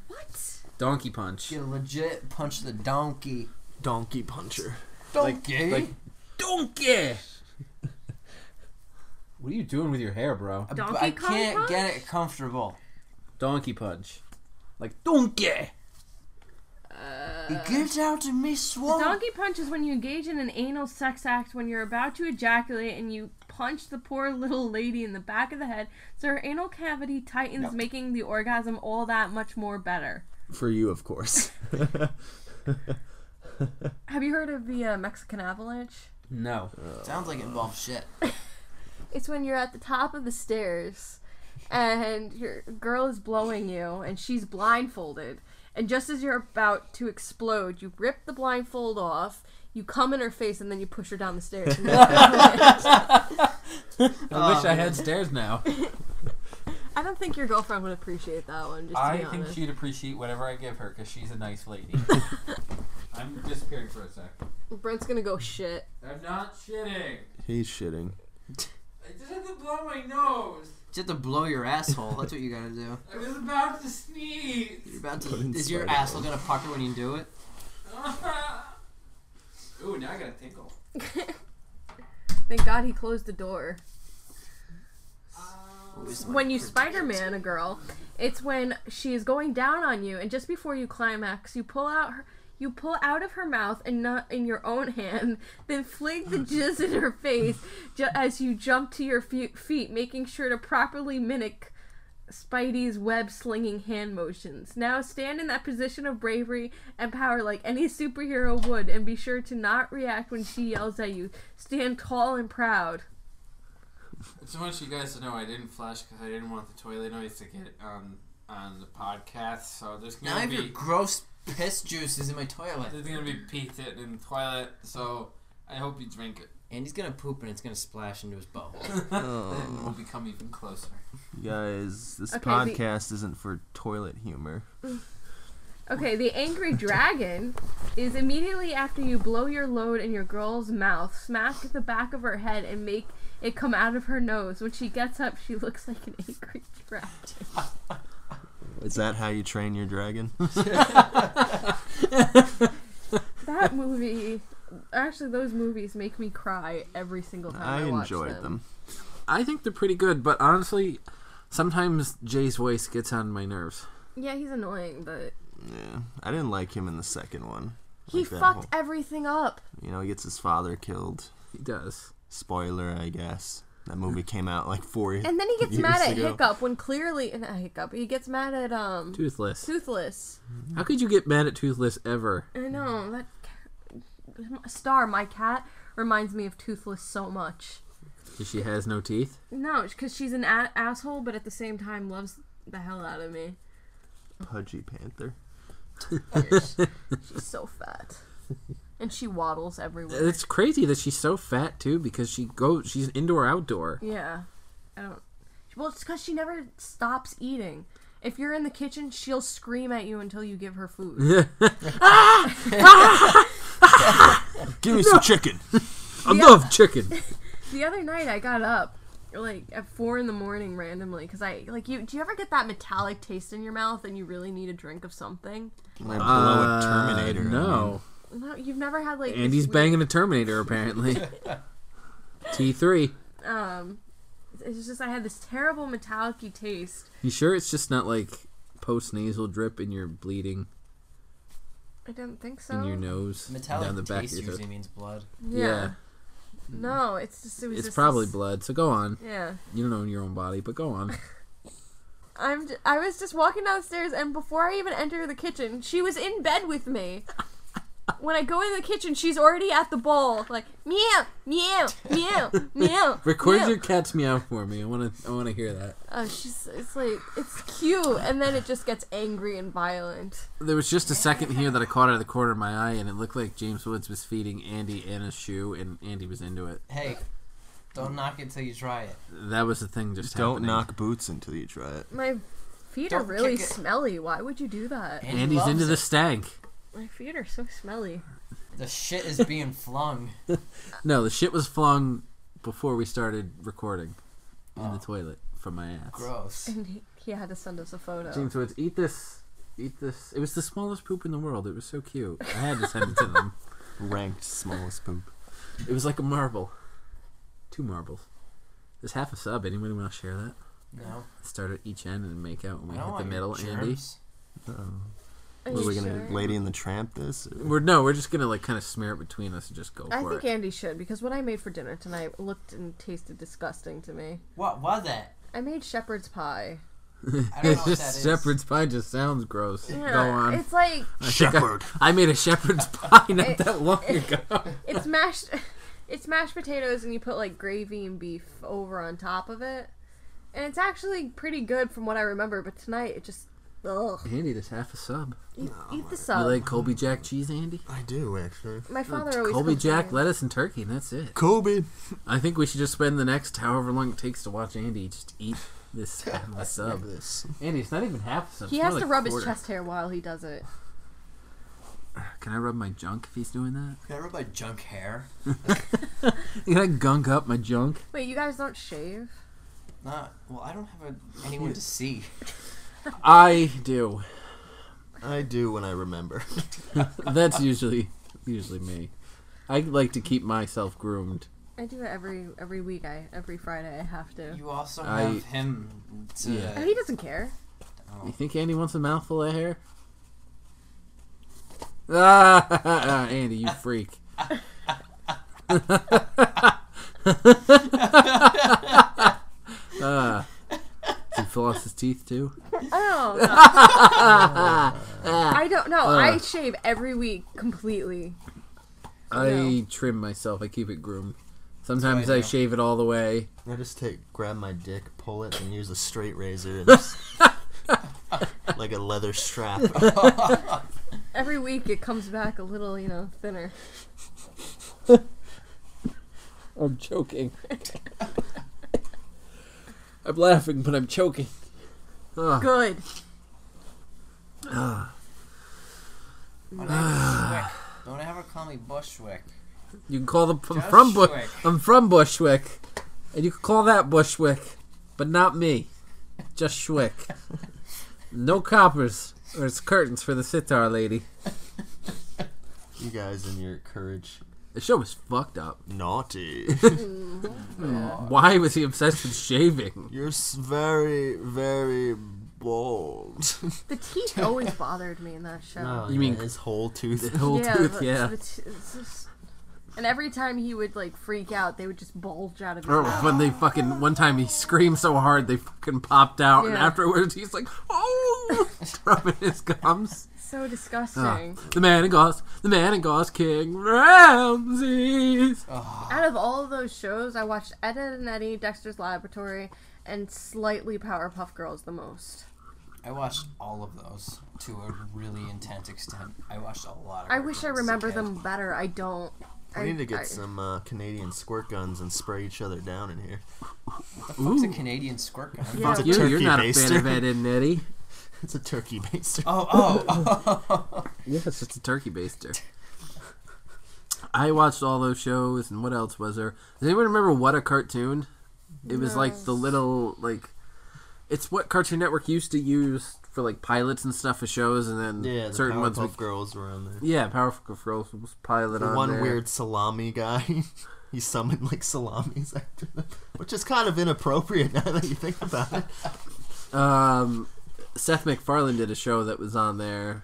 [SPEAKER 4] What?
[SPEAKER 3] Donkey punch.
[SPEAKER 1] You legit punch the donkey.
[SPEAKER 2] Donkey puncher.
[SPEAKER 1] Donkey.
[SPEAKER 3] Like donkey. what are you doing with your hair, bro?
[SPEAKER 1] I-
[SPEAKER 4] Donkey
[SPEAKER 1] I
[SPEAKER 4] Kong
[SPEAKER 1] can't
[SPEAKER 4] punch?
[SPEAKER 1] get it comfortable.
[SPEAKER 3] Donkey punch. Like donkey.
[SPEAKER 1] it gets out of me swamp.
[SPEAKER 4] Donkey punch is when you engage in an anal sex act when you're about to ejaculate and you punch the poor little lady in the back of the head so her anal cavity tightens, making the orgasm all that much more better.
[SPEAKER 2] For you, of course.
[SPEAKER 4] Have you heard of the uh, Mexican avalanche?
[SPEAKER 3] No.
[SPEAKER 1] Sounds like it involves shit.
[SPEAKER 4] It's when you're at the top of the stairs and your girl is blowing you and she's blindfolded. And just as you're about to explode, you rip the blindfold off, you come in her face, and then you push her down the stairs. And that's the avalanche.
[SPEAKER 3] I wish I had stairs now.
[SPEAKER 4] I don't think your girlfriend would appreciate that one, just to
[SPEAKER 3] I
[SPEAKER 4] be
[SPEAKER 3] think
[SPEAKER 4] honest.
[SPEAKER 3] she'd appreciate whatever I give her because she's a nice lady. I'm disappearing for a sec.
[SPEAKER 4] Brent's gonna go shit.
[SPEAKER 3] I'm not shitting.
[SPEAKER 2] He's shitting.
[SPEAKER 3] I just had to blow my nose.
[SPEAKER 1] You have to blow your asshole. That's what you gotta do.
[SPEAKER 3] I was about to sneeze.
[SPEAKER 1] You're about to.
[SPEAKER 2] Put in
[SPEAKER 1] Is your
[SPEAKER 2] spider
[SPEAKER 1] asshole gonna pucker when you do it?
[SPEAKER 3] Ooh, now I got a tinkle.
[SPEAKER 4] Thank God he closed the door.
[SPEAKER 1] Always like
[SPEAKER 4] When you
[SPEAKER 1] for-
[SPEAKER 4] Spider Man a girl, it's when she is going down on you, and just before you climax, you pull out her. You pull out of her mouth and not in your own hand, then fling the jizz in her face ju- as you jump to your fe- feet, making sure to properly mimic Spidey's web slinging hand motions. Now stand in that position of bravery and power like any superhero would, and be sure to not react when she yells at you. Stand tall and proud.
[SPEAKER 3] I just want you guys to know I didn't flash because I didn't want the toilet noise to get on on the podcast. So there's
[SPEAKER 1] Now I
[SPEAKER 3] gonna
[SPEAKER 1] have your
[SPEAKER 3] be
[SPEAKER 1] gross piss juices in my toilet.
[SPEAKER 3] there's gonna be pee sitting in the toilet. So I hope you drink it.
[SPEAKER 1] And he's gonna poop and it's gonna splash into his butthole.
[SPEAKER 3] Then we'll become even closer.
[SPEAKER 2] Oh. You guys, this
[SPEAKER 4] Okay, the-
[SPEAKER 2] podcast isn't for toilet humor.
[SPEAKER 4] Okay, the angry dragon is immediately after you blow your load in your girl's mouth, smack the back of her head, and make it come out of her nose. When she gets up, she looks like an angry dragon.
[SPEAKER 2] Is that how you train your dragon?
[SPEAKER 4] That movie, actually, those movies make me cry every single time. I,
[SPEAKER 2] I
[SPEAKER 4] watch
[SPEAKER 2] enjoyed them.
[SPEAKER 3] I think they're pretty good, but honestly, sometimes Jay's voice gets on my nerves.
[SPEAKER 4] Yeah, he's annoying, but
[SPEAKER 2] Yeah, I didn't like him in the second one.
[SPEAKER 4] he
[SPEAKER 2] Like that
[SPEAKER 4] fucked
[SPEAKER 2] whole-
[SPEAKER 4] everything up.
[SPEAKER 2] you know, he gets his father killed.
[SPEAKER 3] He does.
[SPEAKER 2] Spoiler, I guess. That movie came out like four years.
[SPEAKER 4] And then he gets
[SPEAKER 2] Years
[SPEAKER 4] mad at
[SPEAKER 2] ago.
[SPEAKER 4] Hiccup when clearly, not Hiccup, he gets mad at um
[SPEAKER 3] Toothless.
[SPEAKER 4] Toothless.
[SPEAKER 3] How could you get mad at Toothless ever?
[SPEAKER 4] I know that cat, star, my cat, reminds me of Toothless so much.
[SPEAKER 3] Because she has no teeth?
[SPEAKER 4] No, because she's an a- asshole, but at the same time loves the hell out of me.
[SPEAKER 2] Pudgy Panther.
[SPEAKER 4] She's so fat, and she waddles everywhere.
[SPEAKER 3] It's crazy that she's so fat, too, because she goes, she's indoor outdoor.
[SPEAKER 4] Yeah, I don't. Well, it's because she never stops eating. If you're in the kitchen, she'll scream at you until you give her food.
[SPEAKER 2] Give me some chicken.
[SPEAKER 3] I love chicken.
[SPEAKER 4] the other night, I got up like at four in the morning randomly because I like you. Do you ever get that metallic taste in your mouth and you really need a drink of something?
[SPEAKER 2] Like blow a Terminator.
[SPEAKER 3] Uh,
[SPEAKER 2] I mean.
[SPEAKER 3] no.
[SPEAKER 4] No, you've never had like. this
[SPEAKER 3] Andy's
[SPEAKER 4] weird-
[SPEAKER 3] banging a Terminator, apparently. T3.
[SPEAKER 4] um it's just I had this terrible metallic taste.
[SPEAKER 3] You sure it's just not like post nasal drip and you're bleeding
[SPEAKER 4] I didn't think so.
[SPEAKER 3] in your nose?
[SPEAKER 1] Metallic
[SPEAKER 3] down the back
[SPEAKER 1] taste
[SPEAKER 3] of your
[SPEAKER 1] usually
[SPEAKER 3] throat?
[SPEAKER 1] means blood.
[SPEAKER 4] yeah. No, it's just it was.
[SPEAKER 3] It's
[SPEAKER 4] just
[SPEAKER 3] probably
[SPEAKER 4] this-
[SPEAKER 3] blood. So go on.
[SPEAKER 4] yeah.
[SPEAKER 3] You don't own your own body, but go on.
[SPEAKER 4] I'm. J- I was just walking downstairs, and before I even enter the kitchen, she was in bed with me. When I go in the kitchen, she's already at the bowl, like meow, meow, meow, meow.
[SPEAKER 3] Record
[SPEAKER 4] meow.
[SPEAKER 3] your cat's meow for me. I want to. I want to hear that.
[SPEAKER 4] Oh, she's. It's like it's cute, and then it just gets angry and violent.
[SPEAKER 3] There was just a second here that I caught out of the corner of my eye, and it looked like James Woods was feeding Andy Anna's shoe, and Andy was into it.
[SPEAKER 1] Hey, don't knock it till you try it.
[SPEAKER 3] That was the thing just
[SPEAKER 2] Don't
[SPEAKER 3] happening.
[SPEAKER 2] knock boots until you try it.
[SPEAKER 4] My feet are
[SPEAKER 1] Don't
[SPEAKER 4] really
[SPEAKER 1] kick it.
[SPEAKER 4] smelly. Why would you do that?
[SPEAKER 1] Andy
[SPEAKER 3] Andy's
[SPEAKER 1] loves
[SPEAKER 3] into
[SPEAKER 1] it.
[SPEAKER 3] the stank.
[SPEAKER 4] My feet are so smelly.
[SPEAKER 1] The shit is being flung.
[SPEAKER 3] No, the shit was flung before we started recording in
[SPEAKER 1] Oh.
[SPEAKER 3] the toilet from my ass.
[SPEAKER 1] Gross.
[SPEAKER 4] And he, he had to send us a photo.
[SPEAKER 3] James Woods, eat this. Eat this. It was the smallest poop in the world. It was so cute. I had to send it to them.
[SPEAKER 2] Ranked smallest poop.
[SPEAKER 3] It was like a marble. Two marbles. There's half a sub. Anybody want to share that?
[SPEAKER 1] No.
[SPEAKER 3] Start at each end and make out when we
[SPEAKER 1] I don't
[SPEAKER 3] hit the
[SPEAKER 1] want
[SPEAKER 3] middle,
[SPEAKER 1] your
[SPEAKER 3] Andy.
[SPEAKER 1] germs.
[SPEAKER 4] Are
[SPEAKER 2] What are
[SPEAKER 4] you
[SPEAKER 2] we gonna
[SPEAKER 4] sure?
[SPEAKER 2] Lady and the Tramp this? or-
[SPEAKER 3] We're no, we're just gonna like kind of smear it between us and just go
[SPEAKER 4] I
[SPEAKER 3] for
[SPEAKER 4] think
[SPEAKER 3] it.
[SPEAKER 4] Andy should because what I made for dinner tonight looked and tasted disgusting to me.
[SPEAKER 1] What was it?
[SPEAKER 4] I made shepherd's pie.
[SPEAKER 1] I don't know what that
[SPEAKER 3] just
[SPEAKER 1] is.
[SPEAKER 3] shepherd's pie just sounds gross. go
[SPEAKER 4] Yeah,
[SPEAKER 3] on.
[SPEAKER 4] It's like
[SPEAKER 3] I think I-
[SPEAKER 2] Shepherd.
[SPEAKER 3] I, made a shepherd's pie not
[SPEAKER 4] It-
[SPEAKER 3] that long
[SPEAKER 4] it-
[SPEAKER 3] ago.
[SPEAKER 4] it's mashed it's mashed potatoes and you put like gravy and beef over on top of it. And it's actually pretty good from what I remember, but tonight it just ugh.
[SPEAKER 3] Andy, there's half a sub.
[SPEAKER 4] Eat, eat the
[SPEAKER 3] You
[SPEAKER 4] sub.
[SPEAKER 3] like Colby Jack cheese, Andy?
[SPEAKER 2] I do actually.
[SPEAKER 4] My Oh. father always
[SPEAKER 3] Colby Jack,
[SPEAKER 4] complained.
[SPEAKER 3] lettuce, and turkey, and that's it.
[SPEAKER 2] Kobe.
[SPEAKER 3] I think we should just spend the next however long it takes to watch Andy just eat this half a sub.
[SPEAKER 2] This.
[SPEAKER 3] Andy, it's not even half a sub.
[SPEAKER 4] He
[SPEAKER 3] it's more
[SPEAKER 4] has to
[SPEAKER 3] like
[SPEAKER 4] rub his
[SPEAKER 3] quarter.
[SPEAKER 4] chest hair while he does it.
[SPEAKER 3] Can I rub my junk if he's doing that?
[SPEAKER 1] Can I rub my junk hair?
[SPEAKER 3] Can I gunk up my junk?
[SPEAKER 4] Wait, you guys don't shave?
[SPEAKER 1] Not. Well, I don't have a, anyone to see.
[SPEAKER 3] I do.
[SPEAKER 2] I do when I remember.
[SPEAKER 3] That's usually usually me. I like to keep myself groomed.
[SPEAKER 4] I do it every every week. I every Friday I have to.
[SPEAKER 1] You also
[SPEAKER 3] I-
[SPEAKER 1] have him to.
[SPEAKER 3] Yeah.
[SPEAKER 4] He doesn't care.
[SPEAKER 3] You think Andy wants a mouthful of hair? Ah, Andy, you freak. Ah. Did he floss his teeth too?
[SPEAKER 4] Oh. no. I don't know.
[SPEAKER 3] Uh.
[SPEAKER 4] I shave every week completely.
[SPEAKER 3] I trim myself. I keep it groomed. Sometimes
[SPEAKER 1] I
[SPEAKER 3] I,
[SPEAKER 1] do.
[SPEAKER 3] shave it all the way.
[SPEAKER 2] I just take grab my dick, pull it, and use a straight razor and just, like a leather strap.
[SPEAKER 4] Every week it comes back a little, you know, thinner.
[SPEAKER 3] I'm choking. I'm laughing, but I'm choking. Ah.
[SPEAKER 4] Good.
[SPEAKER 1] My name is Bushwick. Don't ever call me Bushwick.
[SPEAKER 3] You can call them I'm
[SPEAKER 1] Just
[SPEAKER 3] from Bush.
[SPEAKER 1] Schwick.
[SPEAKER 3] I'm from Bushwick, and you can call that Bushwick, but not me. Just Schwick. no coppers or it's curtains for the sitar lady.
[SPEAKER 2] you guys and your courage.
[SPEAKER 3] The show was fucked up.
[SPEAKER 2] Naughty.
[SPEAKER 4] Oh.
[SPEAKER 3] Why was he obsessed with shaving?
[SPEAKER 2] You're s- very, very bold.
[SPEAKER 4] The teeth always bothered me in that show.
[SPEAKER 2] No,
[SPEAKER 3] You mean-
[SPEAKER 2] his whole tooth?
[SPEAKER 3] The whole
[SPEAKER 4] yeah,
[SPEAKER 3] tooth,
[SPEAKER 4] the-
[SPEAKER 3] yeah.
[SPEAKER 4] the t- it's just- and every time he would like freak out, they would just bulge out of his
[SPEAKER 3] Or
[SPEAKER 4] mouth.
[SPEAKER 3] when they fucking one time he screamed so hard they fucking popped out, and
[SPEAKER 4] Yeah.
[SPEAKER 3] afterwards he's like, "Oh!" rubbing his gums.
[SPEAKER 4] So
[SPEAKER 3] Ah.
[SPEAKER 4] disgusting.
[SPEAKER 3] the man in gauze, the man in gauze, King Ramses.
[SPEAKER 2] Oh,
[SPEAKER 4] Out of all those shows, I watched Ed, Ed and Eddie, Dexter's Laboratory, and slightly Powerpuff Girls the most.
[SPEAKER 1] I watched all of those to a really intense extent. I watched a lot of.
[SPEAKER 4] I
[SPEAKER 1] Red
[SPEAKER 4] wish I
[SPEAKER 1] Bull as a
[SPEAKER 4] remember
[SPEAKER 1] kid.
[SPEAKER 4] them better. I don't. I
[SPEAKER 2] We need to get
[SPEAKER 4] I-
[SPEAKER 2] some uh, Canadian squirt guns and spray each other down in here.
[SPEAKER 1] What the fuck's a
[SPEAKER 3] Ooh.
[SPEAKER 1] Canadian squirt gun?
[SPEAKER 4] Yeah.
[SPEAKER 2] Fuck
[SPEAKER 3] You, you're
[SPEAKER 2] turkey
[SPEAKER 3] not a
[SPEAKER 2] baster.
[SPEAKER 3] fan of Ed and Eddie.
[SPEAKER 2] It's a turkey baster.
[SPEAKER 1] Oh, oh, oh.
[SPEAKER 3] Yes, it's a turkey baster. I watched all those shows, and what else was there? Does anyone remember what a cartoon? It was like the little like, it's what Cartoon Network used to use for like pilots and stuff for shows, and then
[SPEAKER 2] Yeah, the
[SPEAKER 3] certain ones.
[SPEAKER 2] Powerpuff
[SPEAKER 3] We,
[SPEAKER 2] Girls were on there.
[SPEAKER 3] yeah, Powerful Girls was pilot
[SPEAKER 2] The
[SPEAKER 3] on
[SPEAKER 2] one
[SPEAKER 3] there.
[SPEAKER 2] weird salami guy. he summoned like salamis after them, which is kind of inappropriate now that you think about it.
[SPEAKER 3] Um, Seth MacFarlane did a show that was on there,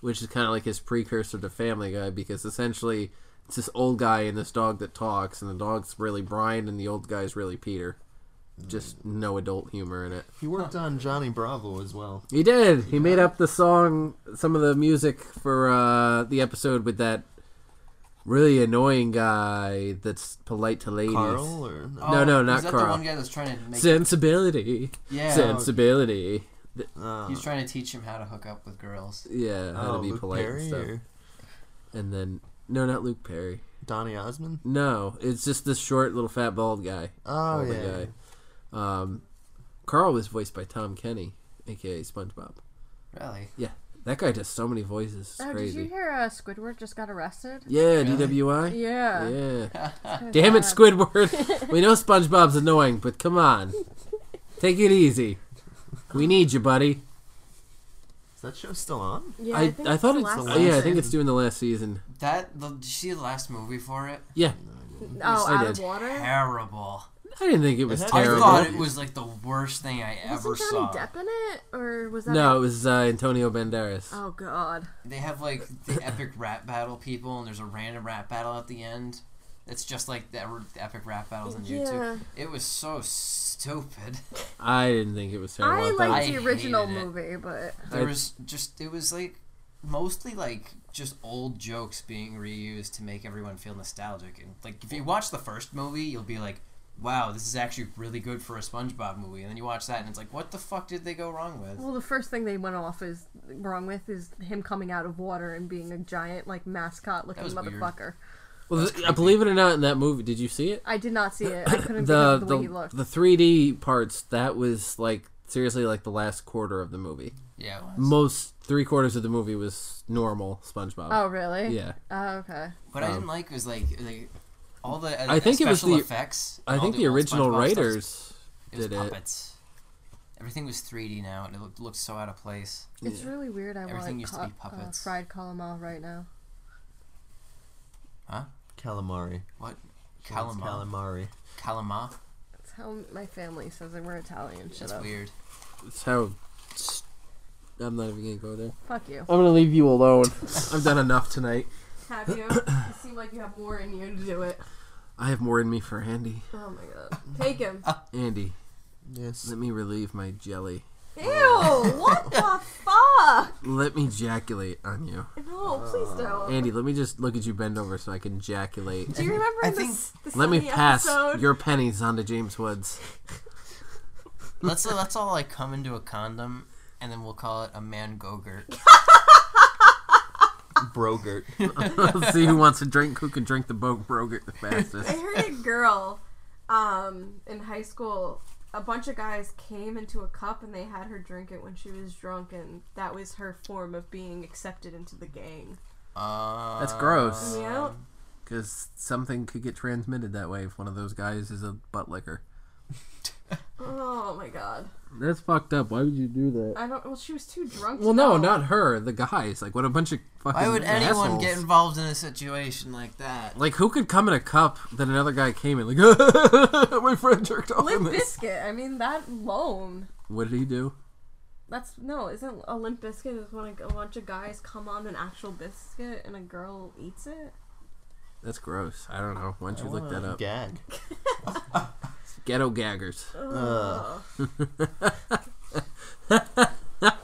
[SPEAKER 3] which is kind of like his precursor to Family Guy because essentially It's this old guy and this dog that talks, and the dog's really Brian, and the old guy's really Peter. Just no adult humor in it.
[SPEAKER 2] He worked on Johnny Bravo as well.
[SPEAKER 3] He did. He made up the song, some of the music for uh, the episode with that really annoying guy that's polite to ladies.
[SPEAKER 2] Carl or uh, no?
[SPEAKER 3] No, no,
[SPEAKER 1] Oh,
[SPEAKER 3] not
[SPEAKER 1] Is that the
[SPEAKER 3] Carl.
[SPEAKER 1] one guy that's trying to make?
[SPEAKER 3] Sensibility.
[SPEAKER 1] yeah,
[SPEAKER 3] Sensibility.
[SPEAKER 2] Uh,
[SPEAKER 1] he's trying to teach him how to hook up with girls.
[SPEAKER 3] Yeah, how
[SPEAKER 2] oh,
[SPEAKER 3] to Oh, be
[SPEAKER 2] Luke
[SPEAKER 3] polite
[SPEAKER 2] Perry
[SPEAKER 3] and stuff.
[SPEAKER 2] or
[SPEAKER 3] And then, no, not Luke Perry.
[SPEAKER 2] Donny Osmond.
[SPEAKER 3] No, it's just this short little fat bald guy.
[SPEAKER 2] Oh
[SPEAKER 3] older
[SPEAKER 2] yeah.
[SPEAKER 3] guy. Um, Carl was voiced by Tom Kenny, aka SpongeBob.
[SPEAKER 1] Really?
[SPEAKER 3] That guy does so many voices. It's
[SPEAKER 4] Oh, did you
[SPEAKER 3] crazy.
[SPEAKER 4] hear uh, Squidward just got arrested?
[SPEAKER 3] Yeah,
[SPEAKER 1] Really?
[SPEAKER 3] DWI.
[SPEAKER 4] Yeah.
[SPEAKER 3] Yeah.
[SPEAKER 4] Kinda
[SPEAKER 3] Damn it,
[SPEAKER 4] sad.
[SPEAKER 3] Squidward. we know SpongeBob's annoying, but come on. Take it easy. We need you, buddy.
[SPEAKER 2] Is that show still on?
[SPEAKER 4] Yeah, I,
[SPEAKER 3] I,
[SPEAKER 4] think
[SPEAKER 3] I thought
[SPEAKER 4] the
[SPEAKER 3] it's
[SPEAKER 4] last
[SPEAKER 2] last
[SPEAKER 3] yeah, I
[SPEAKER 4] season.
[SPEAKER 3] think it's doing the last season.
[SPEAKER 1] That the, did you see the last movie for it?
[SPEAKER 4] Oh,
[SPEAKER 3] I
[SPEAKER 4] out of
[SPEAKER 3] did.
[SPEAKER 4] water.
[SPEAKER 1] Terrible.
[SPEAKER 3] I didn't think it was
[SPEAKER 2] had-
[SPEAKER 1] I
[SPEAKER 3] terrible.
[SPEAKER 1] thought it was like the worst thing I ever
[SPEAKER 4] Wasn't
[SPEAKER 1] saw.
[SPEAKER 4] Johnny Depp in it, or was that?
[SPEAKER 3] no, it was uh, Antonio Banderas.
[SPEAKER 4] Oh God.
[SPEAKER 1] They have like the epic rap battle people, and there's a random rap battle at the end. It's just like the ever- the epic rap battles on YouTube. It was so stupid.
[SPEAKER 3] I didn't think it was terrible.
[SPEAKER 4] I
[SPEAKER 3] I thought it
[SPEAKER 4] liked
[SPEAKER 1] I
[SPEAKER 4] the original
[SPEAKER 1] hated it.
[SPEAKER 4] movie, but
[SPEAKER 1] There
[SPEAKER 3] I-
[SPEAKER 1] was just it was like mostly like just old jokes being reused to make everyone feel nostalgic. And like if you watch the first movie, you'll be like, "Wow, this is actually really good for a SpongeBob movie." And then you watch that, and it's like, "What the fuck did they go wrong with?"
[SPEAKER 4] well, the first thing they went off is wrong with is him coming out of water and being a giant like mascot looking
[SPEAKER 1] was weird.
[SPEAKER 4] motherfucker.
[SPEAKER 3] Well, th- uh, believe it or not, in that movie, did you see it?
[SPEAKER 4] I did not see it. I couldn't
[SPEAKER 3] The
[SPEAKER 4] the,
[SPEAKER 3] the
[SPEAKER 4] the way he looked.
[SPEAKER 3] the three D parts that was like seriously like the last quarter of the movie.
[SPEAKER 1] yeah, it was.
[SPEAKER 3] Most three quarters of the movie was normal SpongeBob.
[SPEAKER 4] oh really?
[SPEAKER 3] Yeah,
[SPEAKER 4] Oh okay.
[SPEAKER 1] What I didn't like was like like all the uh,
[SPEAKER 3] Um, I think it was
[SPEAKER 1] special
[SPEAKER 3] the-
[SPEAKER 1] effects.
[SPEAKER 3] I
[SPEAKER 1] all
[SPEAKER 3] think the
[SPEAKER 1] old
[SPEAKER 3] original
[SPEAKER 1] SpongeBob stuff,
[SPEAKER 3] writers
[SPEAKER 1] it was
[SPEAKER 3] did it.
[SPEAKER 1] puppets. Everything was 3D now, and it looked, looked so out of place.
[SPEAKER 4] It's really weird. I
[SPEAKER 1] Everything
[SPEAKER 4] want
[SPEAKER 1] used to
[SPEAKER 4] ca-
[SPEAKER 1] be puppets.
[SPEAKER 4] Uh, fried calamari right now.
[SPEAKER 2] Calamari.
[SPEAKER 1] What
[SPEAKER 2] It's
[SPEAKER 1] calamari?
[SPEAKER 2] Calamari.
[SPEAKER 1] Calama?
[SPEAKER 4] That's how my family says it. We're Italian. Shut
[SPEAKER 1] It's
[SPEAKER 4] up.
[SPEAKER 1] weird.
[SPEAKER 3] It's how. I'm not even gonna go there.
[SPEAKER 4] Fuck you.
[SPEAKER 3] I'm gonna leave you alone. I've done enough tonight.
[SPEAKER 4] Have you? you seem like you have more in you to do it.
[SPEAKER 3] I have more in me for Andy.
[SPEAKER 4] Oh my god. Take him.
[SPEAKER 3] Andy,
[SPEAKER 2] Yes.
[SPEAKER 3] let me relieve my jelly.
[SPEAKER 4] Ew! What the fuck?
[SPEAKER 3] Let me ejaculate on you.
[SPEAKER 4] No, please don't.
[SPEAKER 3] Andy, let me just look at you bend over so I can ejaculate.
[SPEAKER 4] Do you remember
[SPEAKER 1] I
[SPEAKER 4] in
[SPEAKER 1] think-
[SPEAKER 4] this, this
[SPEAKER 3] Let me
[SPEAKER 4] Sunny
[SPEAKER 3] pass
[SPEAKER 4] episode?
[SPEAKER 3] your pennies onto James Woods.
[SPEAKER 1] Let's uh, let's all like come into a condom, and then we'll call it a man gogurt.
[SPEAKER 2] Brogert.
[SPEAKER 3] Let's see who wants to drink, who can drink the boat brogert the
[SPEAKER 4] I
[SPEAKER 3] fastest.
[SPEAKER 4] heard a girl um, in high school. A bunch of guys came into a cup and they had her drink it when she was drunk, and that was her form of being accepted into the gang.
[SPEAKER 1] Uh,
[SPEAKER 3] That's gross.
[SPEAKER 4] Oh, Yeah.
[SPEAKER 3] Because something could get transmitted that way if one of those guys is a butt licker.
[SPEAKER 4] Oh my god.
[SPEAKER 3] That's fucked up. Why would you do that?
[SPEAKER 4] I don't. Well, she was too drunk. to
[SPEAKER 3] Well, no,
[SPEAKER 4] know.
[SPEAKER 3] not her. The guys. Like, what a bunch of fucking
[SPEAKER 1] Why would anyone
[SPEAKER 3] assholes.
[SPEAKER 1] get involved in a situation like that?
[SPEAKER 3] Like, who could come in a cup that another guy came in? Like, my friend jerked off in
[SPEAKER 4] Limp
[SPEAKER 3] this.
[SPEAKER 4] Biscuit. I mean, that alone.
[SPEAKER 3] What did he do?
[SPEAKER 4] That's no, isn't a limp biscuit is when a, a bunch of guys come on an actual biscuit and a girl eats it?
[SPEAKER 3] That's gross. I don't know. Why don't you look that up?
[SPEAKER 2] Ah, Gag.
[SPEAKER 3] Ghetto gaggers.
[SPEAKER 4] Ugh.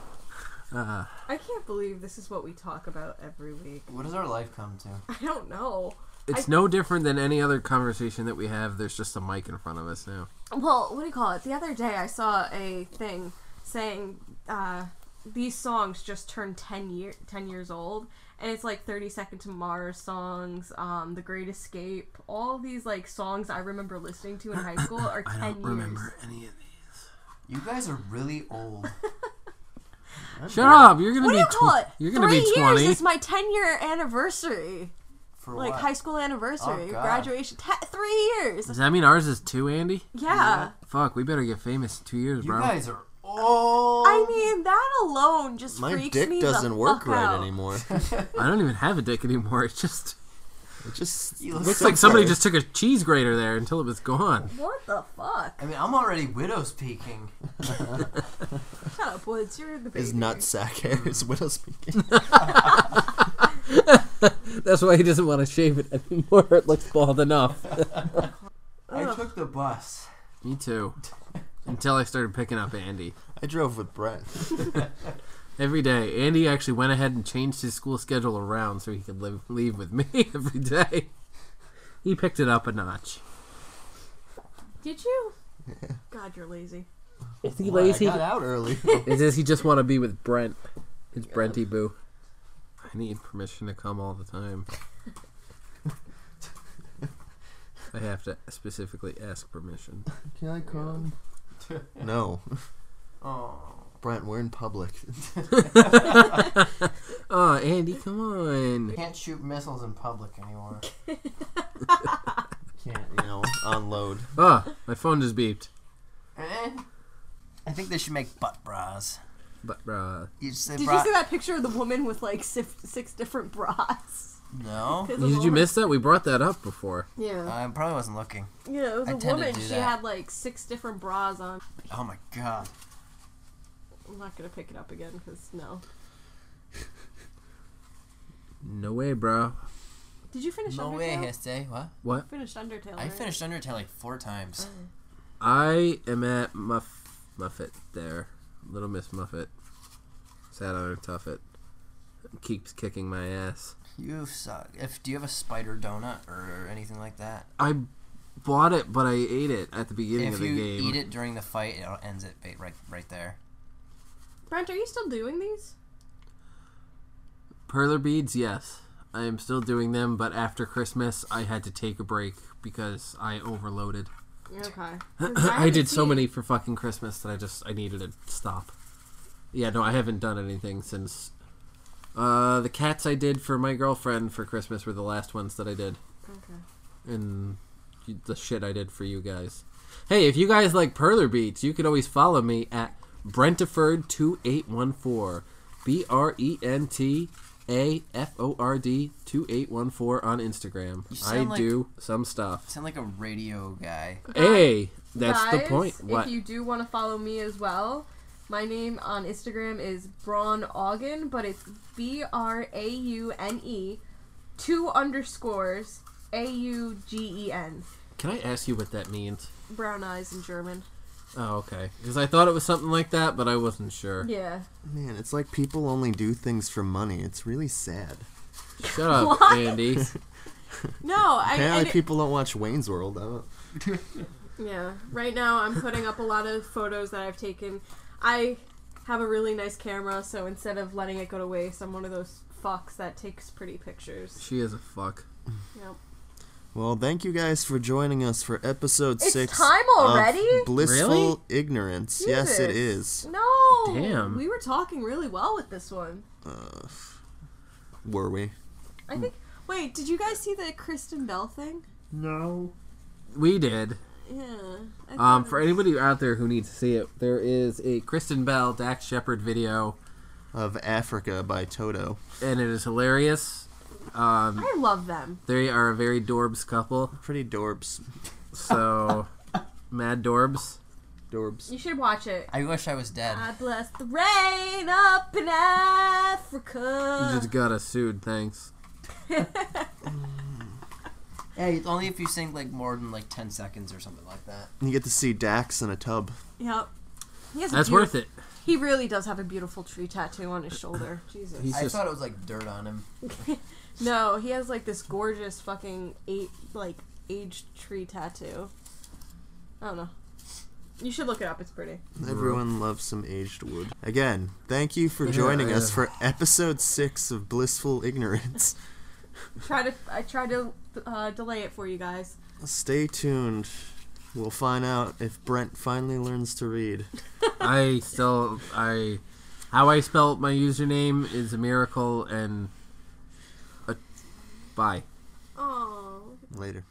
[SPEAKER 4] I can't believe this is what we talk about every week.
[SPEAKER 1] What does our life come to?
[SPEAKER 4] I don't know.
[SPEAKER 3] It's
[SPEAKER 4] I-
[SPEAKER 3] no different than any other conversation that we have. There's just a mic in front of us now.
[SPEAKER 4] Well, what do you call it? The other day I saw a thing saying uh, these songs just turned 10, year, 10 years old. And it's like 30 Second to Mars songs, um, The Great Escape. All these like songs I remember listening to in high school are 10
[SPEAKER 3] I don't
[SPEAKER 4] years.
[SPEAKER 3] remember any of these.
[SPEAKER 1] You guys are really old.
[SPEAKER 3] Shut up! You're gonna
[SPEAKER 4] What do you
[SPEAKER 3] be
[SPEAKER 4] call it?
[SPEAKER 3] tw- you're gonna
[SPEAKER 4] Three
[SPEAKER 3] be
[SPEAKER 4] years
[SPEAKER 3] twenty.
[SPEAKER 4] is my 10 year anniversary.
[SPEAKER 1] For
[SPEAKER 4] Like
[SPEAKER 1] what?
[SPEAKER 4] high school anniversary,
[SPEAKER 1] God.
[SPEAKER 4] graduation. Te- three years.
[SPEAKER 3] Does that mean ours Oh, is two, Andy?
[SPEAKER 4] Yeah.
[SPEAKER 3] Fuck, we better get famous in two years,
[SPEAKER 1] You
[SPEAKER 3] bro.
[SPEAKER 1] guys are old.
[SPEAKER 4] I mean, that alone just
[SPEAKER 2] My
[SPEAKER 4] freaks me
[SPEAKER 2] dick
[SPEAKER 4] the
[SPEAKER 2] doesn't work
[SPEAKER 4] fuck
[SPEAKER 2] right
[SPEAKER 4] out.
[SPEAKER 2] anymore.
[SPEAKER 3] I don't even have a dick anymore. It just
[SPEAKER 2] It just
[SPEAKER 1] You look
[SPEAKER 2] looks
[SPEAKER 3] it's like somebody
[SPEAKER 2] there.
[SPEAKER 3] just took a cheese grater there until it was gone.
[SPEAKER 4] What the fuck?
[SPEAKER 1] I mean, I'm already widow's peaking.
[SPEAKER 4] Shut up, Woods. You're the baby.
[SPEAKER 2] His nutsack hair is widow speaking.
[SPEAKER 3] That's why he doesn't want to shave it anymore. It looks bald enough.
[SPEAKER 2] I took the bus.
[SPEAKER 3] Me too. Until I started picking up Andy.
[SPEAKER 2] I drove with Brett.
[SPEAKER 3] Every day, Andy actually went ahead and changed his school schedule around so he could live, leave with me every day. He picked it up a notch.
[SPEAKER 4] Did you? God, you're lazy.
[SPEAKER 3] Is he
[SPEAKER 2] Well, I got out early.
[SPEAKER 3] It says he just want to be with Brent. It's Brenty Boo. I need permission to come all the time. I have to specifically ask permission.
[SPEAKER 2] Can I come? no.
[SPEAKER 1] Oh.
[SPEAKER 2] Brent, we're in public.
[SPEAKER 3] Oh, Andy, come on.
[SPEAKER 1] Can't shoot missiles in public anymore.
[SPEAKER 2] Can't, you know, unload.
[SPEAKER 3] Oh, my phone just beeped.
[SPEAKER 1] I think they should make butt bras.
[SPEAKER 3] But, bruh.
[SPEAKER 1] You just say
[SPEAKER 4] Did
[SPEAKER 1] bra.
[SPEAKER 4] you see that picture of the woman with like six, six different bras?
[SPEAKER 1] No.
[SPEAKER 2] Oh.
[SPEAKER 4] 'Cause the
[SPEAKER 3] Did you
[SPEAKER 4] woman-
[SPEAKER 3] miss that? We brought that up before.
[SPEAKER 4] Yeah.
[SPEAKER 1] I probably wasn't looking.
[SPEAKER 4] yeah, it was
[SPEAKER 1] I
[SPEAKER 4] a
[SPEAKER 1] tend to
[SPEAKER 4] woman.
[SPEAKER 1] do
[SPEAKER 4] She
[SPEAKER 1] that.
[SPEAKER 4] had like six different bras on.
[SPEAKER 1] Oh my god.
[SPEAKER 4] I'm not gonna pick it up again because no.
[SPEAKER 3] No way, bro.
[SPEAKER 4] Did you finish
[SPEAKER 1] No
[SPEAKER 4] Undertale?
[SPEAKER 1] way, Heste. What?
[SPEAKER 3] What?
[SPEAKER 4] Finished Undertale.
[SPEAKER 1] I
[SPEAKER 4] right?
[SPEAKER 1] finished Undertale like four times.
[SPEAKER 3] I am at Muff Muffet there. Little Miss Muffet. Sat on her tuffet. Keeps kicking my ass.
[SPEAKER 1] You suck. If do you have a spider donut or anything like that?
[SPEAKER 3] I bought it, but I ate it at the beginning
[SPEAKER 1] If
[SPEAKER 3] of the
[SPEAKER 1] you
[SPEAKER 3] game.
[SPEAKER 1] eat it during the fight, it ends it ba- right right there.
[SPEAKER 4] Brent, are you still doing these?
[SPEAKER 3] Perler beads, yes. I am still doing them, but after Christmas, I had to take a break because I overloaded.
[SPEAKER 4] Okay. 'Cause
[SPEAKER 3] I
[SPEAKER 4] haven't
[SPEAKER 3] did so
[SPEAKER 4] seen-
[SPEAKER 3] many for fucking Christmas that I just I needed to stop. Yeah, no, I haven't done anything since. Uh, the cats I did for my girlfriend for Christmas were the last ones that I did.
[SPEAKER 4] Okay.
[SPEAKER 3] and the shit I did for you guys. Hey, if you guys like Perler Beats, you can always follow me at Brentaford2814. B R E N T A F O R D 2814 on Instagram.
[SPEAKER 1] You
[SPEAKER 3] I
[SPEAKER 1] sound like-
[SPEAKER 3] do some stuff.
[SPEAKER 1] Sound like a radio guy.
[SPEAKER 3] Hey, that's the
[SPEAKER 4] Guys,
[SPEAKER 3] point. What?
[SPEAKER 4] If you do want to follow me as well, my name on Instagram is Braun Augen, but it's B R A U N E, two underscores A U G E N.
[SPEAKER 3] Can I ask you what that means?
[SPEAKER 4] Brown eyes in German.
[SPEAKER 3] Oh, okay. Because I thought it was something like that, but I wasn't sure.
[SPEAKER 4] Yeah.
[SPEAKER 2] Man, it's like people only do things for money. It's really sad.
[SPEAKER 3] Shut up,
[SPEAKER 4] What?
[SPEAKER 3] Andy.
[SPEAKER 4] No, I.
[SPEAKER 2] Apparently,
[SPEAKER 4] and it-
[SPEAKER 2] people don't watch Wayne's World. I don't,
[SPEAKER 4] Yeah. Right now, I'm putting up a lot of photos that I've taken. I have a really nice camera, so instead of letting it go to waste, I'm one of those fucks that takes pretty pictures.
[SPEAKER 3] she is a fuck.
[SPEAKER 4] Yep.
[SPEAKER 2] Well, thank you guys for joining us for episode
[SPEAKER 4] It's
[SPEAKER 2] six.
[SPEAKER 4] time
[SPEAKER 2] of
[SPEAKER 4] already?
[SPEAKER 2] blissful
[SPEAKER 3] Really?
[SPEAKER 2] ignorance. Yes, it
[SPEAKER 4] Jesus.
[SPEAKER 2] is.
[SPEAKER 4] No.
[SPEAKER 3] Damn.
[SPEAKER 4] We were talking really well with this one.
[SPEAKER 2] Uh, were we?
[SPEAKER 4] I
[SPEAKER 3] Hmm.
[SPEAKER 4] think. Wait, did you guys see the Kristen Bell thing?
[SPEAKER 2] No.
[SPEAKER 3] We did.
[SPEAKER 4] Yeah. I
[SPEAKER 3] Um,
[SPEAKER 4] thought
[SPEAKER 3] for
[SPEAKER 4] it-
[SPEAKER 3] anybody out there who needs to see it, there is a Kristen Bell, Dax Shepard video,
[SPEAKER 2] Of Africa by Toto.
[SPEAKER 3] and it is hilarious. Um,
[SPEAKER 4] I love them.
[SPEAKER 3] they are a very Dorbs couple,
[SPEAKER 2] Pretty dorbs.
[SPEAKER 3] so mad Dorbs.
[SPEAKER 2] Dorbs.
[SPEAKER 4] You should watch it.
[SPEAKER 1] I wish I was dead.
[SPEAKER 4] I bless the rain up in Africa.
[SPEAKER 3] You just got us sued, thanks.
[SPEAKER 1] Hey, it's only if you sing like more than like ten seconds or something like that.
[SPEAKER 2] You get to see Dax in a tub.
[SPEAKER 4] Yep. He has a
[SPEAKER 3] That's
[SPEAKER 4] beaut-
[SPEAKER 3] worth it.
[SPEAKER 4] He really does have a beautiful tree tattoo on his shoulder. Jesus.
[SPEAKER 3] He's
[SPEAKER 1] I
[SPEAKER 3] just
[SPEAKER 1] thought it was like dirt on him.
[SPEAKER 4] No, he has like this gorgeous fucking eight like aged tree tattoo. I don't know. You should look it up. It's pretty.
[SPEAKER 2] Everyone loves some aged wood. Again, thank you for joining us
[SPEAKER 3] yeah.
[SPEAKER 2] for episode six of Blissful Ignorance.
[SPEAKER 4] Try to I tried to uh, delay it for you guys.
[SPEAKER 2] Stay tuned. We'll find out if Brent finally learns to read.
[SPEAKER 3] I still I how I spell my username is a miracle and a bye.
[SPEAKER 4] Oh.
[SPEAKER 2] Later.